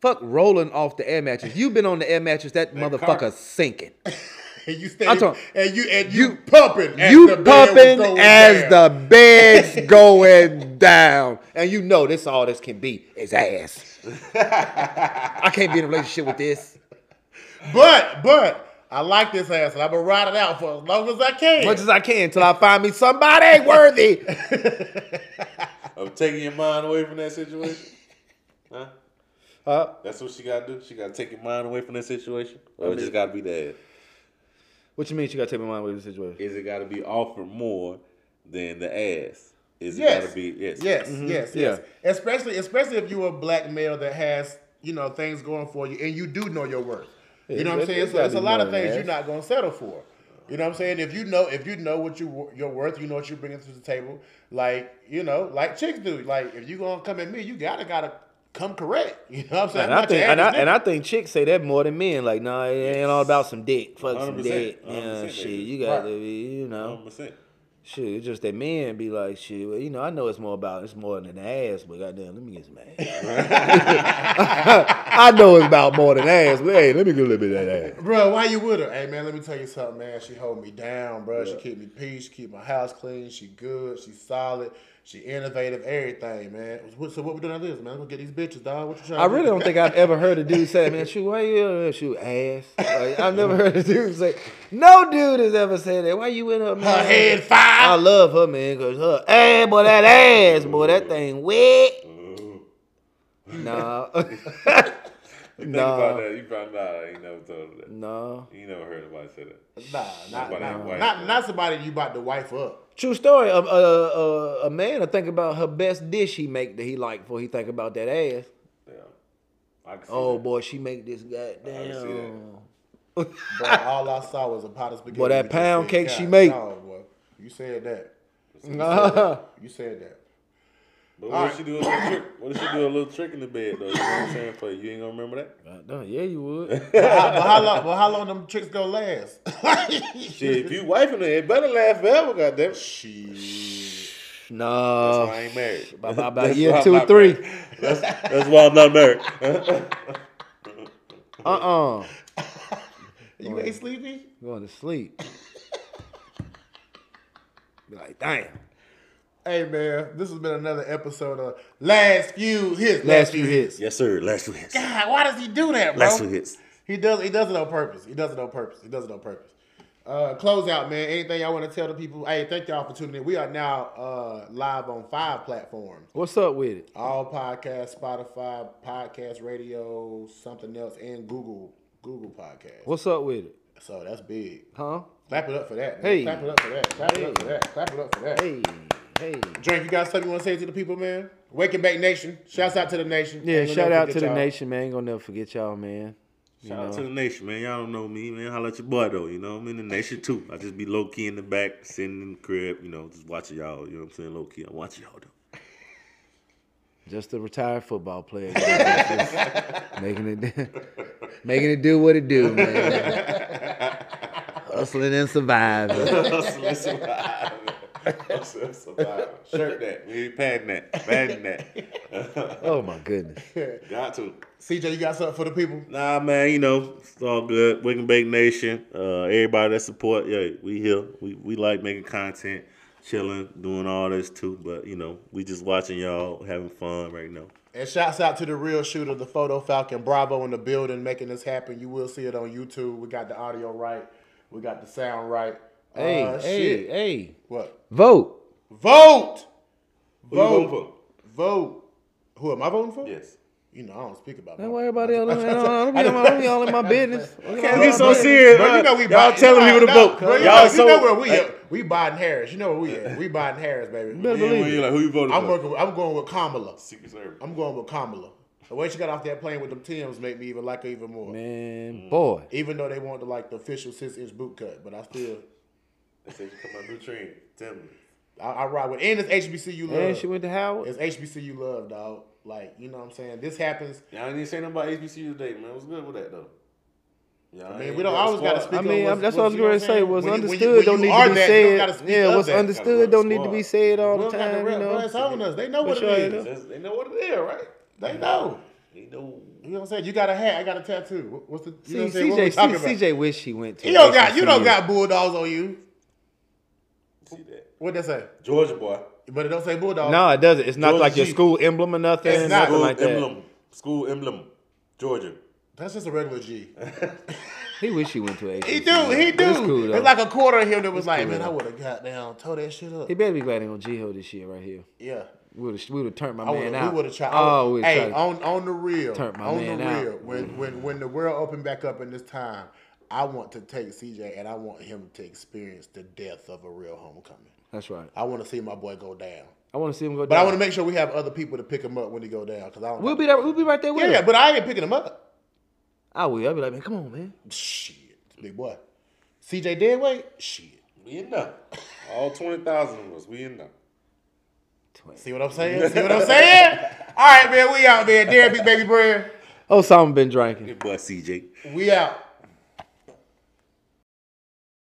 Speaker 2: Fuck rolling off the air mattress. You've been on the air mattress. That, motherfucker
Speaker 3: car.
Speaker 2: sinking.
Speaker 1: And you
Speaker 2: I'm
Speaker 1: stand
Speaker 2: talking-
Speaker 1: and you and
Speaker 2: You-
Speaker 1: you, pumping. as
Speaker 2: you
Speaker 1: the bed was
Speaker 2: pumping
Speaker 1: going
Speaker 2: as
Speaker 1: down.
Speaker 2: the bed's going down, and you know this all this can be is ass. I can't be in a relationship with this.
Speaker 1: But but I like this ass and I'm gonna ride it out for as long as I can.
Speaker 2: much as I can until I find me somebody worthy.
Speaker 3: Of taking your mind away from that situation. huh?
Speaker 2: Huh?
Speaker 3: That's what she got to do. She got to take your mind away from that situation. Or it just got to be that.
Speaker 2: What you mean she gotta take my mind away from the situation?
Speaker 3: Is it got to be offered more than the ass? Is it
Speaker 1: yes.
Speaker 3: got to be yes? Mm-hmm.
Speaker 1: yes, yes, yes.
Speaker 2: Mm-hmm. yeah.
Speaker 1: Especially especially if you're a black male that has, you know, things going for you and you do know your worth.
Speaker 2: Yeah,
Speaker 1: you know what I'm
Speaker 2: that-
Speaker 1: saying?
Speaker 2: that
Speaker 1: So it's a
Speaker 2: gotta be
Speaker 1: lot
Speaker 2: more
Speaker 1: of
Speaker 2: than
Speaker 1: things
Speaker 2: ass.
Speaker 1: you're not gonna settle for. You know what I'm saying? If you know if you know what you wor- your worth, you know what you're bringing to the table. Like you know, like chicks do. Like if you gonna come at me, you gotta gotta come correct. (laughs) You know what I'm saying?
Speaker 2: And
Speaker 1: I'm
Speaker 2: I
Speaker 1: not your
Speaker 2: think and I,
Speaker 1: average
Speaker 2: and I
Speaker 1: nigga.
Speaker 2: think chicks say that more than men. Like, nah, it ain't all about some dick. Fuck some
Speaker 3: 100%,
Speaker 2: dick. Yeah,
Speaker 3: 100%,
Speaker 2: shit.
Speaker 3: baby.
Speaker 2: You gotta
Speaker 1: Right.
Speaker 2: be, you know.
Speaker 3: Hundred percent.
Speaker 2: Shit, it's just that men be like, shit, well, you know, I know it's more about it's more than ass, but goddamn, let me get some ass.
Speaker 4: I know it's about more than ass, but hey, let me get a little bit of that ass.
Speaker 1: Bro, why you with her? Hey man, let me tell you something, man. She hold me down, bro. She keep me peace. She keep my house clean. She good. She solid. She innovative. Everything, man. What- So what we doing on this, man? Let's get these bitches, dog. What you trying?
Speaker 2: I
Speaker 1: to
Speaker 2: really
Speaker 1: do?
Speaker 2: don't think I've ever heard a dude say, man, shoot, why you uh, shoot ass? Like, I've never heard a dude say, no dude has ever said that. Why you with her,
Speaker 1: (laughs)
Speaker 2: man?
Speaker 1: Her head
Speaker 2: I
Speaker 1: five.
Speaker 2: love her, man, because her ass, boy, that ass, boy, that thing wet. (laughs) Nah.
Speaker 3: You think
Speaker 2: Nah.
Speaker 3: about that, you probably nah, you never told her that.
Speaker 2: no.
Speaker 3: You never heard nobody say that.
Speaker 1: Nah, not,
Speaker 3: Somebody
Speaker 1: not,
Speaker 3: wife
Speaker 1: not,
Speaker 3: up.
Speaker 1: not somebody you about to wife up.
Speaker 2: True story. A, a, a, a man will think about her best dish he make that he like before he think about that ass.
Speaker 3: Yeah. I can see
Speaker 2: Oh
Speaker 3: that.
Speaker 2: boy, she make this
Speaker 3: I see that.
Speaker 2: goddamn.
Speaker 1: Bro,
Speaker 2: (laughs)
Speaker 1: all I saw was a pot of spaghetti.
Speaker 2: Boy, that
Speaker 1: with
Speaker 2: pound
Speaker 1: this
Speaker 2: cake
Speaker 1: big
Speaker 2: she
Speaker 1: cock.
Speaker 2: make.
Speaker 1: No, boy. You said that.
Speaker 2: (laughs) Nah.
Speaker 1: You said
Speaker 2: (laughs)
Speaker 1: that.
Speaker 3: But
Speaker 1: All
Speaker 3: what
Speaker 1: right.
Speaker 3: if she do a little trick? What if she do a little trick in the bed though? You know what I'm saying? For you, you ain't gonna remember that.
Speaker 2: Goddamn, Yeah, you (laughs) would.
Speaker 1: But how, but how long? But how long them tricks gonna last? (laughs)
Speaker 3: Shit, if you wifing her, it better last forever. Goddamn. That's
Speaker 1: Shit.
Speaker 2: no.
Speaker 3: why I ain't married.
Speaker 2: By, by, by
Speaker 3: (laughs) That's why
Speaker 2: year
Speaker 3: I'm
Speaker 2: two or
Speaker 3: not
Speaker 2: three.
Speaker 3: married. That's, that's why I'm not married. (laughs)
Speaker 2: Uh uh
Speaker 1: You ain't sleepy.
Speaker 2: Going to sleep. Be like, damn.
Speaker 1: Hey man, this has been another episode of Last Few Hits.
Speaker 2: Last few hits.
Speaker 3: yes, sir. Last two hits.
Speaker 1: God, why does he do that, bro?
Speaker 3: Last two hits.
Speaker 1: He does. He does it on purpose. He does it on purpose. He does it on purpose. Uh, close out, man. Anything y'all want to tell the people? Hey, thank y'all for tuning in. We are now uh, live on five platforms:
Speaker 2: What's up with it?
Speaker 1: all podcasts, Spotify, podcast radio, something else, and Google Google Podcast.
Speaker 2: What's up with it?
Speaker 1: So that's big.
Speaker 2: Huh?
Speaker 1: Clap it up for that. Man.
Speaker 2: Hey.
Speaker 1: Clap it up for that. Clap it up for that. Clap it up for that.
Speaker 2: Hey, hey.
Speaker 1: Drake, you got something you want to say to the people, man? Waking Back Nation. Shouts out to the nation.
Speaker 2: Yeah,
Speaker 1: Ain't gonna
Speaker 2: shout
Speaker 1: never
Speaker 2: out
Speaker 1: forget
Speaker 2: to the
Speaker 1: y'all.
Speaker 2: nation, man. Ain't gonna never forget y'all, man.
Speaker 3: Shout out to the nation, man. Y'all don't know me, man. Holla at your boy though. You know, I'm in the nation too. I just be low key in the back, sitting in the crib. You know, just watching y'all. You know what I'm saying? Low key, I'm watching y'all though. (laughs)
Speaker 2: Just a retired football player. (laughs) making it making it (laughs) do what it do, man. (laughs) Hustling and surviving.
Speaker 3: Hustling surviving. Hustling surviving. Shirt that. We ain't padding that. Padding that.
Speaker 2: (laughs) Oh my goodness.
Speaker 3: Got to.
Speaker 1: CJ, you got something for the people?
Speaker 3: Nah, man, you know, it's all good. Wig and Bake Nation, uh, everybody that support, yeah, we here. We, we like making content, chilling, doing all this too. But, you know, we just watching y'all, having fun right now.
Speaker 1: And shouts out to the real shooter, the Photo Falcon Bravo in the building making this happen. You will see it on YouTube. We got the audio right. We got the sound right.
Speaker 2: Hey,
Speaker 1: Uh,
Speaker 2: hey,
Speaker 1: shit.
Speaker 2: hey.
Speaker 1: What?
Speaker 2: Vote.
Speaker 1: Vote!
Speaker 3: Who you voting
Speaker 1: Vote. Vote. Who am I voting for?
Speaker 3: Yes.
Speaker 1: You know, I don't speak about
Speaker 2: Don't
Speaker 1: voting.
Speaker 2: worry about it. Don't be- don't be all in my (laughs) business. Don't be all in my
Speaker 3: He's so
Speaker 2: business.
Speaker 3: serious.
Speaker 1: Bro, you know we
Speaker 3: y'all
Speaker 1: Biden-
Speaker 3: telling people to
Speaker 1: no,
Speaker 3: vote.
Speaker 1: Bro, you,
Speaker 3: y'all
Speaker 1: know,
Speaker 3: so,
Speaker 1: you know where we at. We Biden Harris. You know where we at. We Biden Harris,
Speaker 2: Better
Speaker 1: baby.
Speaker 3: Yeah,
Speaker 2: believe
Speaker 3: when
Speaker 2: it.
Speaker 3: you're like, who you voting
Speaker 1: I'm
Speaker 3: for?
Speaker 1: working. With, I'm going with Kamala.
Speaker 3: Secret Service.
Speaker 1: I'm going with Kamala. The way she got off that plane with them Tims make me even like her even more.
Speaker 2: Man, boy.
Speaker 1: Even though they wanted like the official six inch boot cut, but I still
Speaker 3: They said you come on new train. Tell me.
Speaker 1: I, I ride with. And it's HBCU love.
Speaker 2: And she went to Howard.
Speaker 1: it's HBCU love, dog. Like you know what I'm saying. This happens.
Speaker 3: Y'all didn't say nothing about HBCU today, man. What's good with that, though? Y'all
Speaker 1: I mean,
Speaker 3: ain't
Speaker 1: we don't
Speaker 3: got a
Speaker 1: always got to
Speaker 3: squad.
Speaker 1: speak.
Speaker 2: I mean,
Speaker 1: on
Speaker 2: I'm-
Speaker 1: what's-
Speaker 2: that's what I was
Speaker 1: you know
Speaker 2: going to say.
Speaker 1: saying?
Speaker 2: What's
Speaker 1: When you- when you-
Speaker 2: understood
Speaker 1: when
Speaker 2: don't
Speaker 1: you
Speaker 2: need
Speaker 1: are
Speaker 2: to be
Speaker 1: that, you don't gotta
Speaker 2: said.
Speaker 1: speak
Speaker 2: Yeah,
Speaker 1: of
Speaker 2: what's
Speaker 1: that.
Speaker 2: understood don't need to be said all
Speaker 1: We
Speaker 2: the
Speaker 1: don't got to
Speaker 2: time. You
Speaker 1: rap, bro. It's
Speaker 2: know.
Speaker 1: on us. They know what
Speaker 2: sure
Speaker 1: it
Speaker 2: they
Speaker 1: is.
Speaker 2: do.
Speaker 3: That's- They know what it is, right?
Speaker 1: They know.
Speaker 3: They know.
Speaker 1: You know what I'm saying? You got a hat. I got a tattoo. What- What's the? You know
Speaker 2: See,
Speaker 1: what I'm saying? What we
Speaker 2: CJ,
Speaker 1: talking about?
Speaker 2: CJ wish she went to.
Speaker 1: You don't got. You don't
Speaker 2: HBCU.
Speaker 1: got bulldogs on you.
Speaker 3: See that.
Speaker 1: What that say?
Speaker 3: Georgia boy.
Speaker 1: But it don't say bulldog.
Speaker 2: No, it doesn't. It's not
Speaker 3: Georgia
Speaker 2: like your
Speaker 3: G.
Speaker 2: school emblem or nothing.
Speaker 1: It's not.
Speaker 2: nothing
Speaker 3: School
Speaker 2: like that.
Speaker 3: emblem. School emblem. Georgia.
Speaker 1: That's just a regular
Speaker 2: (laughs)
Speaker 1: G.
Speaker 2: He wish he went to HBCU.
Speaker 1: He do, he do.
Speaker 2: It's
Speaker 1: It's,
Speaker 2: cool though.
Speaker 1: like a quarter of him that was like,
Speaker 2: cool,
Speaker 1: man,
Speaker 2: though.
Speaker 1: I would have got down, tore that shit up.
Speaker 2: he better be glad he on G-Ho this year right here.
Speaker 1: yeah.
Speaker 2: We would have we would have turned my
Speaker 1: I
Speaker 2: man
Speaker 1: would've-
Speaker 2: out.
Speaker 1: we would have tried.
Speaker 2: Oh, we
Speaker 1: hey, um,
Speaker 2: would
Speaker 1: on
Speaker 2: have
Speaker 1: on the real,
Speaker 2: Turned my
Speaker 1: on
Speaker 2: man
Speaker 1: the
Speaker 2: out.
Speaker 1: real. When when when the world opened back up in this time, I want to take CJ and I want him to experience the death of a real homecoming.
Speaker 2: That's right.
Speaker 1: I want to see my boy go down,
Speaker 2: I want to see him go.
Speaker 1: but I
Speaker 2: down.
Speaker 1: want to make sure we have other people to pick him up when he go down because I don't.
Speaker 2: We'll be there. We'll be right there with
Speaker 1: yeah,
Speaker 2: him.
Speaker 1: yeah, but I ain't picking him up.
Speaker 2: I will. I'll be like, man, come on, man.
Speaker 1: Shit, big boy. CJ dead weight. Shit.
Speaker 3: We in there. All 20,000 of us. We in there.
Speaker 1: See what I'm saying? See what I'm saying? All right, man. We out, man. Derek, Big Baby Brand.
Speaker 2: Oh, something been drinking.
Speaker 3: Good boy, CJ.
Speaker 1: We out.